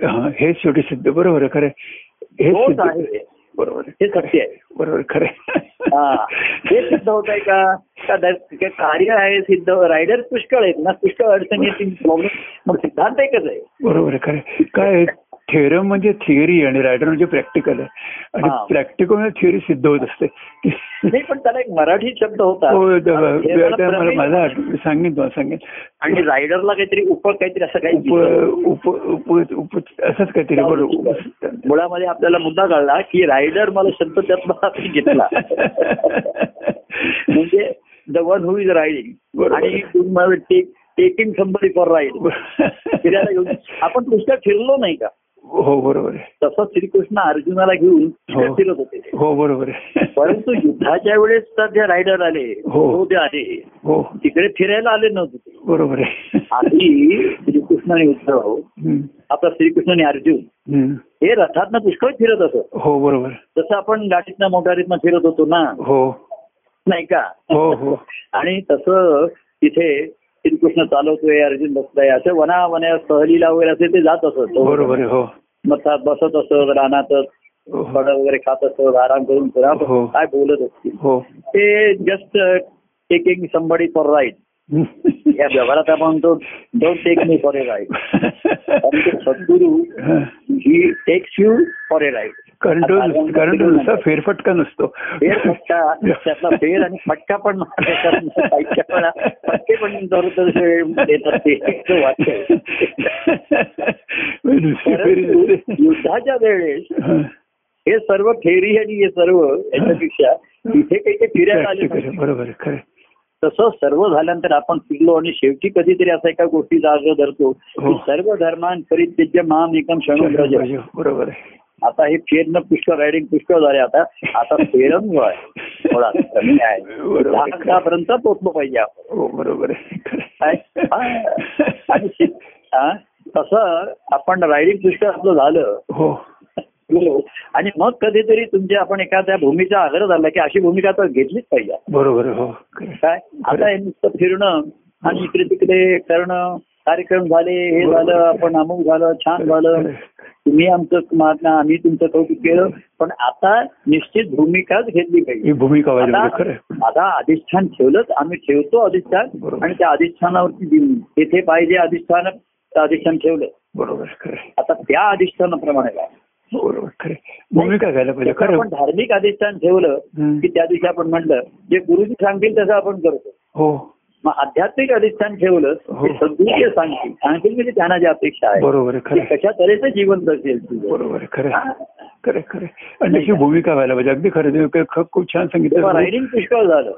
S2: हा, हे शेवटी सिद्ध बरोबर आहे खरं आहे. हे
S1: तोच
S2: सिद्ध
S1: आहे
S2: बरोबर आहे.
S1: हे सत्य आहे
S2: बरोबर आहे, खरं
S1: हा हे
S2: आहे.
S1: सिद्ध होत आहे का का द- का कार्य आहे सिद्ध रायडर पुष्कळ आहेत ना पुष्कळ अडचणी येतील प्रॉब्लेम मग सिद्धांत एकच आहे
S2: बरोबर आहे खरं आहे. काय थेरम म्हणजे थिअरी आणि रायडर म्हणजे प्रॅक्टिकल आहे आणि
S1: हा.
S2: प्रॅक्टिकल म्हणजे थिअरी सिद्ध होत असते
S1: नाही पण त्याला एक मराठी शब्द होता
S2: हो द-
S1: हे मला
S2: आता मला
S1: प्रमेय-
S2: माझा आठवण- सांगेन तुम्हाला
S1: आणि
S2: सांगेन
S1: रायडरला काहीतरी उप काहीतरी असं
S2: उप
S1: काही
S2: उप उप उप असंच काहीतरी बरोबर उप-
S1: मुळामध्ये आपल्याला मुद्दा कळला की रायडर मला शब्द त्यातला घेतला म्हणजे the one who is riding
S2: बरोबर.
S1: आणि तुम्हाला टेकिंग संबडी फॉर राईड फिरायला घेऊन आपण पुस्तक फिरलो नाही का
S2: हो बरोबर आहे
S1: तसं श्रीकृष्ण अर्जुनाला घेऊन
S2: हो.
S1: फिरत होते ते.
S2: हो बरोबर आहे
S1: परंतु युद्धाच्या वेळेस तर जे रायडर आले
S2: हो.
S1: तो ते आले
S2: हो
S1: तिकडे फिरायला आले नव्हते ते.
S2: बरोबर आहे
S1: आधी श्रीकृष्ण आणि उद्धव
S2: हम्म,
S1: आपला श्रीकृष्ण आणि अर्जुन
S2: हम्म.
S1: हे रथातनं पुष्कळ फिरत असत
S2: हो बरोबर
S1: जसं आपण गाडीतनं मोटारीतनं फिरत होतो ना
S2: हो
S1: नाही का
S2: हो हो
S1: आणि तसं तिथे श्रीकृष्ण चालवतोय अर्जुन बसलाय असे वनावन्या सहलीला वगैरे असे ते जात असत
S2: बरोबर आहे हो
S1: मग ता- बसत असत रानातच
S2: हो.
S1: फळं वगैरे खात असत आराम करून पुन्हा
S2: हो.
S1: काय बोलत असतील
S2: हो
S1: ते just taking somebody for right या व्यवहारात आपण म्हणतो don't take me for a right Sadhguru
S2: हा.
S1: He takes you for a right
S2: कारण तो कारण तो नुसता फेरफटका नसतो
S1: फेर फटका त्यातला फेर आणि फटका पण त्याच्यात साहित्य पण फटके पण दररोज देतात ते असं वाटतंय.
S2: नुसती फेरी
S1: परंतु
S2: नसते
S1: युद्धाच्या वेळेस
S2: हा.
S1: हे सर्व फेरी आणि हे सर्व याच्यापेक्षा तिथे काही ते फिरायला आले
S2: Practical आहे,
S1: नाही.
S2: बरोबर आहे, खरं आहे.
S1: तसं सर्व झाल्यानंतर आपण फिरलो आणि शेवटी कधीतरी असा एका गोष्टीचा आग्रह धरतो की
S2: हो.
S1: सर्व धर्मान परित्यज्य माम एकम क्षण
S2: बरोबर आहे, बरोबर आहे
S1: आता हे फेरणं पुष्कळ रायडिंग पुष्कळ झाले आता आता फेरण जो आहे थोडा कमी आहे
S2: बरोबर
S1: दहा
S2: आहे, खरं.
S1: दहापर्यंत पोचलो पाहिजे आपण
S2: हो बरोबर आहे खरं
S1: काय?
S2: आहे.
S1: हा. आणि शि- हा? तसं आपण रायडिंग पुष्कळ आपलं झालं
S2: हो
S1: गेलो. आणि मग कधीतरी तुमच्या आपण एखाद्या भूमीचा आग्रह झाला की अशी भूमिका तर घेतलीच पाहिजे
S2: बरोबर हो खरं.
S1: काय आता हे नुसतं फिरणं आणि इकडे तिकडे करणं कार्यक्रम झाले हे
S2: बरोबर.
S1: झालं आपण अमुक झालं छान झालं तुम्ही आमचं मागणं आम्ही तुमचं कौतुक केलं पण आता निश्चित भूमिकाच घेतली पाहिजे
S2: ही भूमिका व्हायला
S1: आता
S2: पाहिजे, खरं
S1: आता अधिष्ठान ठेवलंच आम्ही ठेवतो अधिष्ठान
S2: बरोबर.
S1: आणि त्या अधिष्ठानावरती जी- जिथे पाहिजे अधिष्ठान त्या अधिष्ठान ठेवलं
S2: बरोबर खरं
S1: आता त्या अधिष्ठानाप्रमाणे काय
S2: बरोबर खरं भूमिका घ्यायला पाहिजे
S1: त्याचं
S2: म्हणजे खरं
S1: आपण धार्मिक अधिष्ठान ठेवलं
S2: हं.
S1: की त्या दिवशी आपण म्हणलं जे गुरुजी सांगतील तसं आपण करतो
S2: हो
S1: मग आध्यात्मिक अधिष्ठान ठेवलं
S2: हो.
S1: की सद्गुरु जे सांगतील सांगतील म्हणजे त्यांना जी अपेक्षा आहे
S2: बरोबर आहे, खरं
S1: की
S2: आहे.
S1: कशा तऱ्हेचं जीवन जगेल तुझं
S2: बरोबर आहे, खरं आहे. खरं आहे, खरं आहे. आणि तशी भूमिका व्हायला पाहिजे अगदी खरं तुम्ही ख- ख- खूप छान
S1: तेव्हा
S2: सांगितलं
S1: रायडिंग पुष्कळ झालं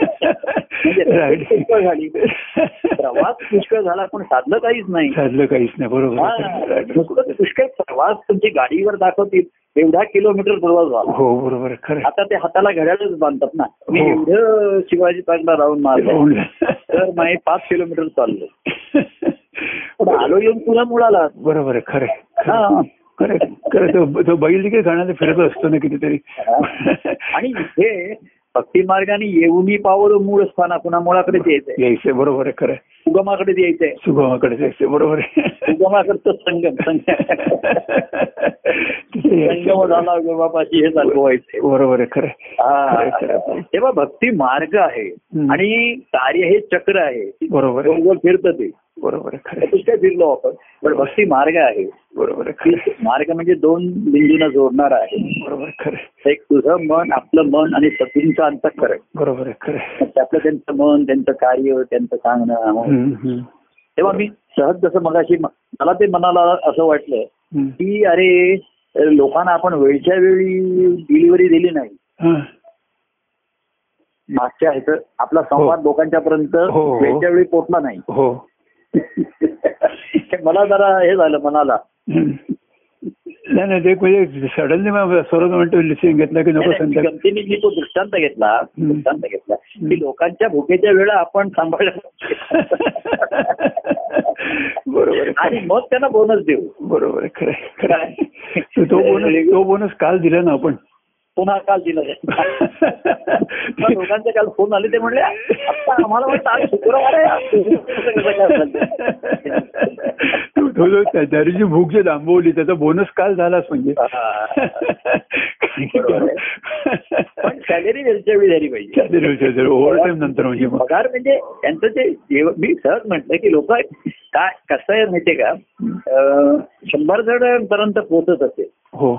S1: म्हणजे
S2: Right.
S1: प्रॅक्टिस पुष्कळ झाली प्रवास पुष्कळ झाला पण साधलं काहीच नाही
S2: साधलं काहीच नाही बरोबर
S1: हा.
S2: आहे, खरं आहे.
S1: नुसतं पुष्कळ प्रवास तुमची गाडीवर दाखवतील एवढा किलोमीटर प्रवास झाला
S2: हो बरोबर आहे, खरं आहे.
S1: आता ते हाताला घड्याळच बांधतात ना मी
S2: हो.
S1: एवढं शिवाजी पार्कला राहून मारलं तर
S2: राहून-
S1: माझे पाच किलोमीटर चाललो पण आलो येऊन पुन्हा मुळाला
S2: बरोबर आहे खरं आहे, खरं आहे.
S1: हा.
S2: खरं आहे, खरं आहे. तो तो बैल देखील गाण्याला फिरत असतो ना कितीतरी
S1: आणि इथे भक्ती मार्गाने येऊनही पावलं मूळ स्थाना पुन्हा मुळाकडेच यायचंय
S2: यायचंय बरोबर आहे खरं आहे.
S1: उगमाकडेच यायचंय
S2: सुगमाकडे जायचंय बरोबर आहे
S1: उगमाकडचं संगम संगम
S2: तिथे
S1: संगम
S2: यायचंय.
S1: झाला उगमापाशी हे सारखं व्हायचंय
S2: बरोबर आहे खरं आहे.
S1: हा. तेव्हा भक्ती मार्ग आहे
S2: हम्म.
S1: आणि कार्य हे चक्र आहे
S2: बरोबर आहे
S1: गोल फिरतं ते
S2: बरोबर आहे खरं आहे.
S1: त्यातच काय फिरलो आपण पण भक्ती मार्ग आहे
S2: बरोबर आहे खरं आहे.
S1: मार्ग म्हणजे दोन बिंदूंना जोडणार आहे
S2: बरोबर आहे खरं आहे.
S1: एक तुझं मन आपलं मन आणि सगळींचं अंतःकरण
S2: बरोबर आहे खरं आहे.
S1: मग त्यातलं त्यांचं मन त्यांचं कार्य त्यांचं सांगणं
S2: हम्म, हम्म,
S1: तेव्हा मी सहज जसं मगाशी म- मला ते मनाला असं वाटलं
S2: हम्म.
S1: की अरे लोकांना आपण वेळच्या वेळी डिलिव्हरी दिली नाही
S2: हा.
S1: मागच्या ह्याचं आपला संवाद लोकांच्या पर्यंत
S2: हो, हो.
S1: वेळच्या वेळी पोचला नाही
S2: हो
S1: हे मला जरा हे झालं मनाला
S2: हम्म. नाही नाही ते एक म्हणजे सडनली सर्व म्हणतो लिसिंग घेतला की नको
S1: नाही, नाही,
S2: सांगता
S1: गमतीने मी तो दृष्टांत घेतला
S2: हम्म.
S1: दृष्टांत घेतला की लोकांच्या भुकेच्या वेळा आपण सांभाळलं पाहिजे.
S2: बरोबर आहे.
S1: आणि मग त्यांना बोनस देऊ
S2: बरोबर आहे खरं आहे, खरं आहे.
S1: काय?
S2: तो बोनस तो बोनस काल दिला ना आपण
S1: पुन्हा काल दिला मग लोकांचे काल फोन आले ते म्हणले "आत्ता आम्हाला वाटतं आज शुक्रवार आहे आज कसं कसं काय असेल?"
S2: तो- तो जो त्या दारूची भूक जे लांबवली त्याचा बोनस काल झालाच म्हणजे
S1: हा. पण सॅलरी वेळच्या वेळी झाली पाहिजे
S2: ओव्हर टाइम नंतर म्हणजे मग
S1: पगार म्हणजे त्यांचं जे जेव- मी सहज म्हटलं की लोक काय कसं आहे माहितीये का अं, शंभर जण पर्यंत पोहोचत असेल
S2: हो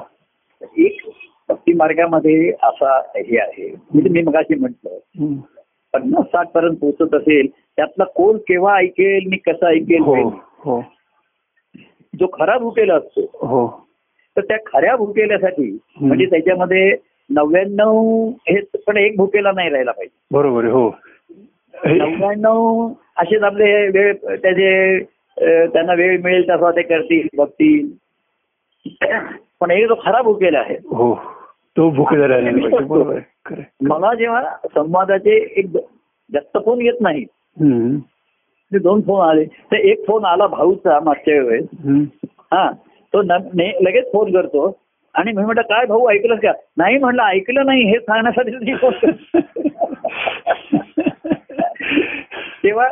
S1: एक भक्ती मार्गामध्ये असा हे आहे म्हणजे मी मगाशी म्हटलं
S2: हम्म.
S1: पन्नास साठ पर्यंत पोहोचत असेल त्यातला कोण केव्हा ऐकेल मी कसं ऐकेल
S2: हो हो
S1: जो खरा भुकेला असतो
S2: हो
S1: तर त्या खऱ्या भुकेल्यासाठी म्हणजे त्याच्यामध्ये नव्याण्णव हे पण एक भुकेला नाही राहिला पाहिजे
S2: बरोबर आहे हो हे-
S1: नव्याण्णव असेच आपले वेळ त्याचे अ, त्यांना वेळ मिळेल तसा ते करतील बघतील पण एक जो खरा भुकेला आहे
S2: हो तो भुकेदार राहिला नाही पाहिजे बरोबर आहे खरं आहे.
S1: मला जेव्हा संवादाचे एक द- जास्त फोन येत नाही
S2: हम्म.
S1: ते दोन फोन आले तर एक फोन आला भाऊचा मागच्या वेळेस
S2: हम्म.
S1: हा तो न- ने- लगेच फोन करतो आणि मी म्हटलं काय भाऊ ऐकलंस का नाही म्हणलं ऐकलं नाही हे सांगण्यासाठी तुम्ही फोन करता. तेव्हा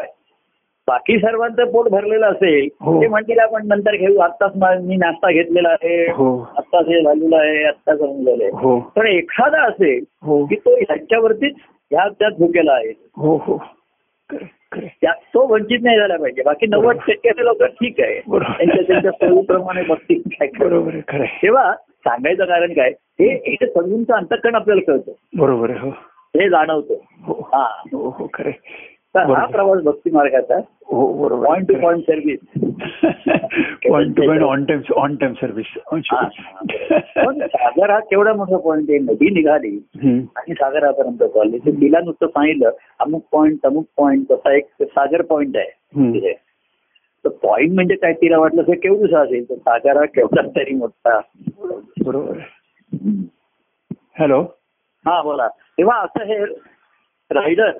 S1: बाकी सर्वांचं पोट भरलेलं असेल
S2: हो.
S1: ते म्हणतील आपण नंतर घेऊ आत्ताच मा- मी नाश्ता घेतलेला आहे
S2: हो
S1: आत्ताच हे झालेलं आहे आत्ताच समजलेलं आहे
S2: हो
S1: पण एखादा असेल
S2: हो
S1: की तो ह्याच्यावरतीच ह्या त्यात भुकेला आहे
S2: हो हो खरं खरं
S1: त्या तो वंचित नाही झाला पाहिजे बाकी नव्वद टक्के लोक ठीक आहे
S2: बरोबर.
S1: त्यांच्या त्यांच्या सोयीप्रमाणे बघतील काय करतात.
S2: बरोबर आहे खरं आहे.
S1: तेव्हा सांगायचं कारण काय हे हे समजूनचं अंतकरण आपल्याला कळतं
S2: बरोबर आहे हो
S1: हे जाणवतं
S2: हो
S1: हा
S2: हो हो खरं आहे.
S1: तर हा
S2: बरोबर.
S1: प्रवास भक्ती मार्गाचा
S2: हो बरोबर
S1: point to point service
S2: point to point on time on time service
S1: पण सागर हा केवढा मोठा पॉइंट आहे नदी निघाली
S2: Hmm.
S1: आणि सागरापर्यंत चालली तर तिला नुसतं सांगितलं अमुक पॉइंट अमुक पॉइंट तसा एक सागर पॉइंट आहे
S2: हम्म.
S1: तिथे तर पॉइंट म्हणजे काय तिला वाटलं तर केवढूसा असेल तर सागर हा केवढा तरी मोठा
S2: बरोबर हॅलो
S1: हा बोला तेव्हा असं हे रायडर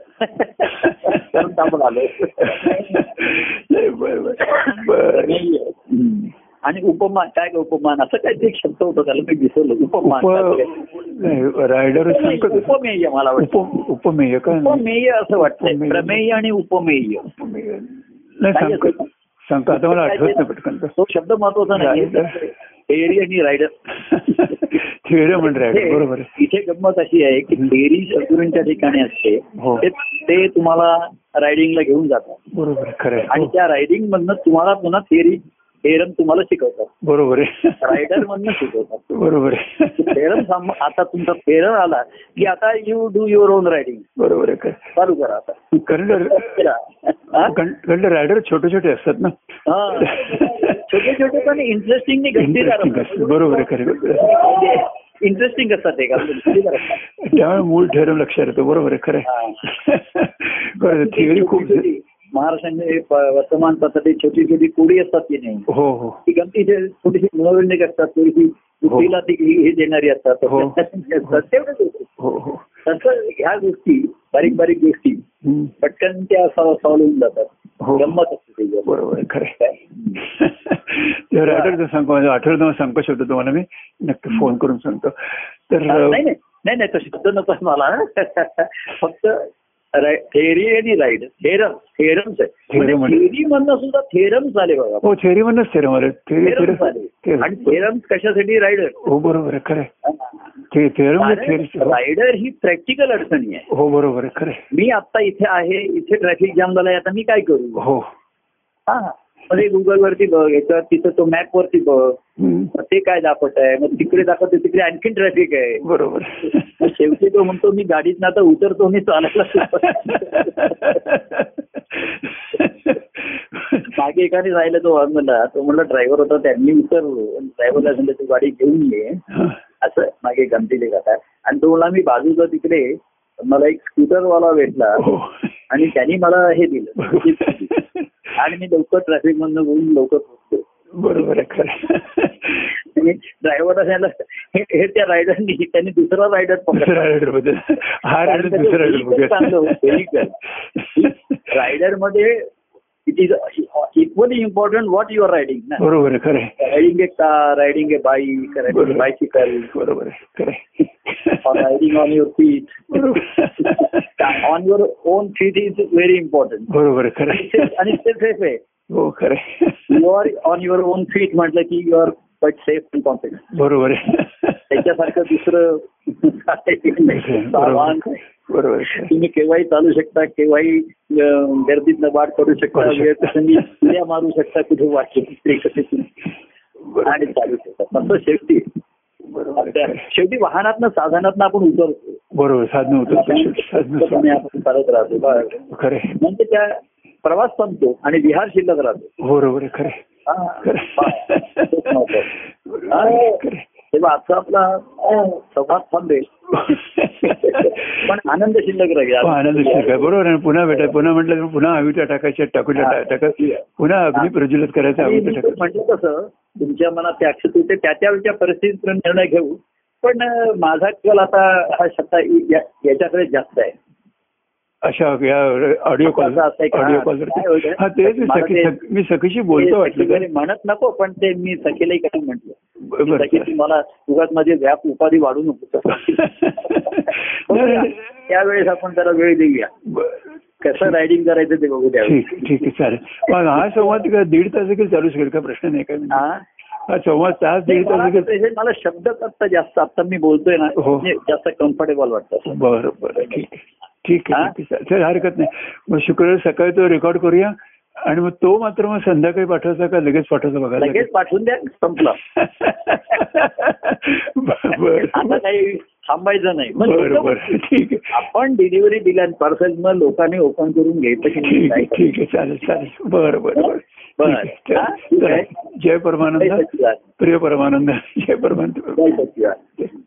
S1: आलो
S2: नाही, बरोबर. बरं.
S1: नाहीये. हम्म. आणि उपमान काय ग उपमान असं काहीतरी एक शब्द होता त्याला मी विसरलो उपमान
S2: उप रायडर
S1: नाही, उपमेय मला वाटतं
S2: उपमेय का
S1: उपमेय असं वाटतंय
S2: उपमेय.
S1: प्रमेय आणि उपमेय
S2: उपमेय नाही
S1: काय
S2: सांग
S1: असेल?
S2: सांगतो आता मला आठवत नाही पटकन तो.
S1: तो शब्द महत्वाचा नाही
S2: Rider.
S1: थेरी आणि रायडर
S2: थिअरी म्हणजे रायडर बरोबर आहे
S1: इथे गंमत अशी आहे की थेरी शत्रूंच्या ठिकाणी असते
S2: हो.
S1: ते- ते तुम्हाला रायडिंगला घेऊन जातात
S2: बरोबर आहे खरं आहे
S1: आणि
S2: हो.
S1: त्या रायडिंग मधनं तुम्हाला पुन्हा थेरी थेरम तुम्हाला शिकवतात
S2: बरोबर आहे
S1: रायडर मधनं शिकवतात
S2: बरोबर आहे
S1: थेरम आता तुमचा थेरम आला की आता you do your own riding
S2: बरोबर आहे खरं.
S1: चालू करा आता
S2: कारण
S1: हा?
S2: कारण रायडर छोटे छोटे असतात ना
S1: हा. छोटे छोटे पण इंटरेस्टिंग
S2: Interesting असतात. बरोबर आहे खरं आहे.
S1: इंटरेस्टिंग म्हणजे असतात ते का गमतीदार असतात.
S2: त्यामुळे मूळ ठरव लक्षात येतो बरोबर आहे खरं आहे. बरं थिअरी खूप
S1: छोटी- छोटी महाराष्ट्रामध्ये प- वर्तमानपत्रात ही छोटी छोटी कोडी असतात की नाही
S2: हो हो
S1: ती गमती थोडीशी मनोरंजक असतात थोडीशी बुद्धीला ती हे देणारी असतात
S2: हो.
S1: असतात तेवढंच होतं.
S2: हो हो
S1: तसं ह्या गोष्टी बारीक बारीक गोष्टी
S2: हम्म.
S1: पटकन त्या सॉल्व्ह होऊन जातात
S2: हो.
S1: गंमत असते त्याच्यात.
S2: बरोबर आहे खरं आहे.
S1: काय?
S2: तर आठवतं सांगतो माझं आठवलं तुम्हाला सांगतो शब्द तुम्हाला मी नक्की फोन करून सांगतो तर
S1: हा, नाही नाही. नाही नाही तो शब्द नको मला फक्त थेरी आणि राईट थेरम थेरम्स आहे
S2: Theorem म्हणजे?
S1: थेरी म्हणणं सुद्धा थेरम्स आले बघा
S2: हो थेअरी म्हणूनच थेरम आले
S1: थेरम्स आले आणि
S2: थेअरी
S1: थेरम्स कशासाठी रायडर
S2: हो बरोबर आहे खरं आहे थेरम थेअरी
S1: रायडर ही प्रॅक्टिकल अडचणी आहे
S2: हो बरोबर आहे खरं आहे.
S1: मी आता इथे आहे इथे ट्रॅफिक जाम झालाय आता मी काय करू
S2: हो
S1: हा मग हे Google वरती बघ याच्यावर तिथं तो मॅप वरती बघ
S2: हम्म.
S1: मग ते काय दाखवत आहे मग तिकडे दाखवते तिकडे आणखीन ट्रॅफिक आहे
S2: बरोबर
S1: मग शेवटी तो म्हणतो मी गाडीत ना आता उतरतो मी चालायला सुरुवात. मागे एकाने राहिलं तो वाहन म्हणला तो म्हणला ड्रायव्हर होता त्यांनी उतरलो आणि ड्रायव्हरला सांगितलं तू गाडी घेऊन ये
S2: हा.
S1: असं मागे गमतीले जातात आणि तो म्हणला मी बाजूला तिकडे मला एक स्कूटरवाला भेटला
S2: हो
S1: आणि त्यांनी मला हे दिलं gift दिलं.
S2: बरोबर
S1: आणि मी लवकर ट्रॅफिक मधनं बोलून लवकर पोहोचलो
S2: आहे खरं आहे.
S1: आणि ड्रायव्हरला सांगितलं हे हे त्या रायडरनी त्यांनी दुसरा रायडर
S2: दुसरा
S1: पकडला
S2: रायडर बद्दल हा रायडर
S1: कारण त्याचं
S2: दुसरा रायडर
S1: चांगलं होतं, vehicle. रायडर मध्ये it is equally important what you're riding ना
S2: बरोबर आहे खरं आहे.
S1: Riding a car riding a bike riding
S2: बरोबर.
S1: बायसिकल
S2: बरोबर आहे खरं आहे.
S1: रायडिंग ऑन युअर फीट
S2: बरोबर.
S1: On your own feet is very important
S2: बरोबर आहे खरं
S1: आणि
S2: आहे.
S1: ते सेफ आहे
S2: हो खरं आहे.
S1: You are on your own feet म्हटलं की you are quite safe and confidence
S2: बरोबर आहे
S1: त्याच्यासारखं दुसरं नाही. सामान
S2: बरोबर बरोबर आहे खरं आहे.
S1: तुम्ही केव्हाही चालू शकता केव्हाही अं, गर्दीतनं वाट करू शकता
S2: करू शकता.
S1: वेळ प्रसंगी उड्या मारू शकता कुठे वाटली आणि चालू शकता फक्त शेवटी
S2: बरोबर आहे,
S1: आपल्या-
S2: खरं आहे.
S1: शेवटी वाहनातनं साधनातनं आपण उतरतो
S2: बरोबर साधन होतं
S1: आपण
S2: साधन
S1: आपण चालत राहतो बा-
S2: खरं आहे.
S1: म्हणजे त्या प्रवास संपतो आणि विहार शिल्लक राहतो
S2: बरोबर आहे खरं आहे.
S1: हा.
S2: खरं
S1: तेच महत्वाचं.
S2: आहे. खरं आहे.
S1: तेव्हा आजचा आपला अं, संवाद थांबेल पण आनंद शिल्लक राहील
S2: हो, आनंद शिल्लक आहे. बरोबर आहे पुन्हा भेटाय पुन्हा म्हटलं तर पुन्हा आविटा टाकायच्या टाकूच्या
S1: हो. हा.
S2: टा- टाकत पुन्हा अग्नी प्रज्वलित करायचं
S1: आणि
S2: आविटा
S1: मी तर
S2: टाकत
S1: म्हटलं कसं तुमच्या मनात ते अक्षर होते त्या त्यावेळच्या परिस्थितीत निर्णय घेऊ पण अं, माझा कल आता हा शब्द या- याच्याकडे जास्त आहे
S2: अशा या ऑडिओ कॉल
S1: असं असतंय का?
S2: ऑडिओ
S1: काय होतंय?
S2: कॉलवरती हा तेच मी
S1: मला
S2: सखी
S1: ते-
S2: सख- मी सखीशी
S1: ते
S2: बोलतो वाटलं
S1: सखीकडे म्हणत नको पण ते मी सखीलाही काही म्हटलं
S2: तर बरं,
S1: सखी
S2: बरं.
S1: तू मला उगाच माझी व्याप उपाधी वाढू नको हो,
S2: नाही, नाही,
S1: त्यावेळेस आपण त्याला वेळ देऊया
S2: बरं.
S1: कसं रायडिंग करायचं ते बघू त्यावेळेस
S2: ठीक ठीक आहे चालेल मग हा संवाद का दीड तास देखील चालू शकेल का प्रश्न नाही काय म्हणजे?
S1: हा?
S2: हा संवाद तास
S1: नाही,
S2: दीड तास
S1: मला
S2: देखील
S1: तसे मला शब्द आता जास्त आता मी बोलतोय ना
S2: हो.
S1: म्हणजे जास्त कम्फर्टेबल वाटतं
S2: बरं बरं ठीक आहे ठीक
S1: हा?
S2: आहे ठीक आहे चालेल हरकत नाही मग शुक्रवारी सकाळी तो रेकॉर्ड करूया आणि मग तो मात्र मग संध्याकाळी पाठवायचा का लगेच पाठवायचा बघा
S1: लगेच पाठवून द्या संपला आता
S2: बरं
S1: काही थांबायचं नाही मग
S2: बरं
S1: लोकं-
S2: बरं ठीक आहे
S1: आपण डिलिव्हरी दिल्या पार्सल मग लोकांनी ओपन करून घेतलं की नाही
S2: ठीक आहे
S1: काय
S2: ठीक आहे चालेल चालेल बरं बरं बरं
S1: बरं.
S2: ठीक आहे.
S1: हा? ठीक आहे.
S2: जय
S1: करायचं. जय
S2: परमानंद
S1: सच्चिदानंद.
S2: प्रिय परमानंद जय परमानंद
S1: जय सच्चिदानंद.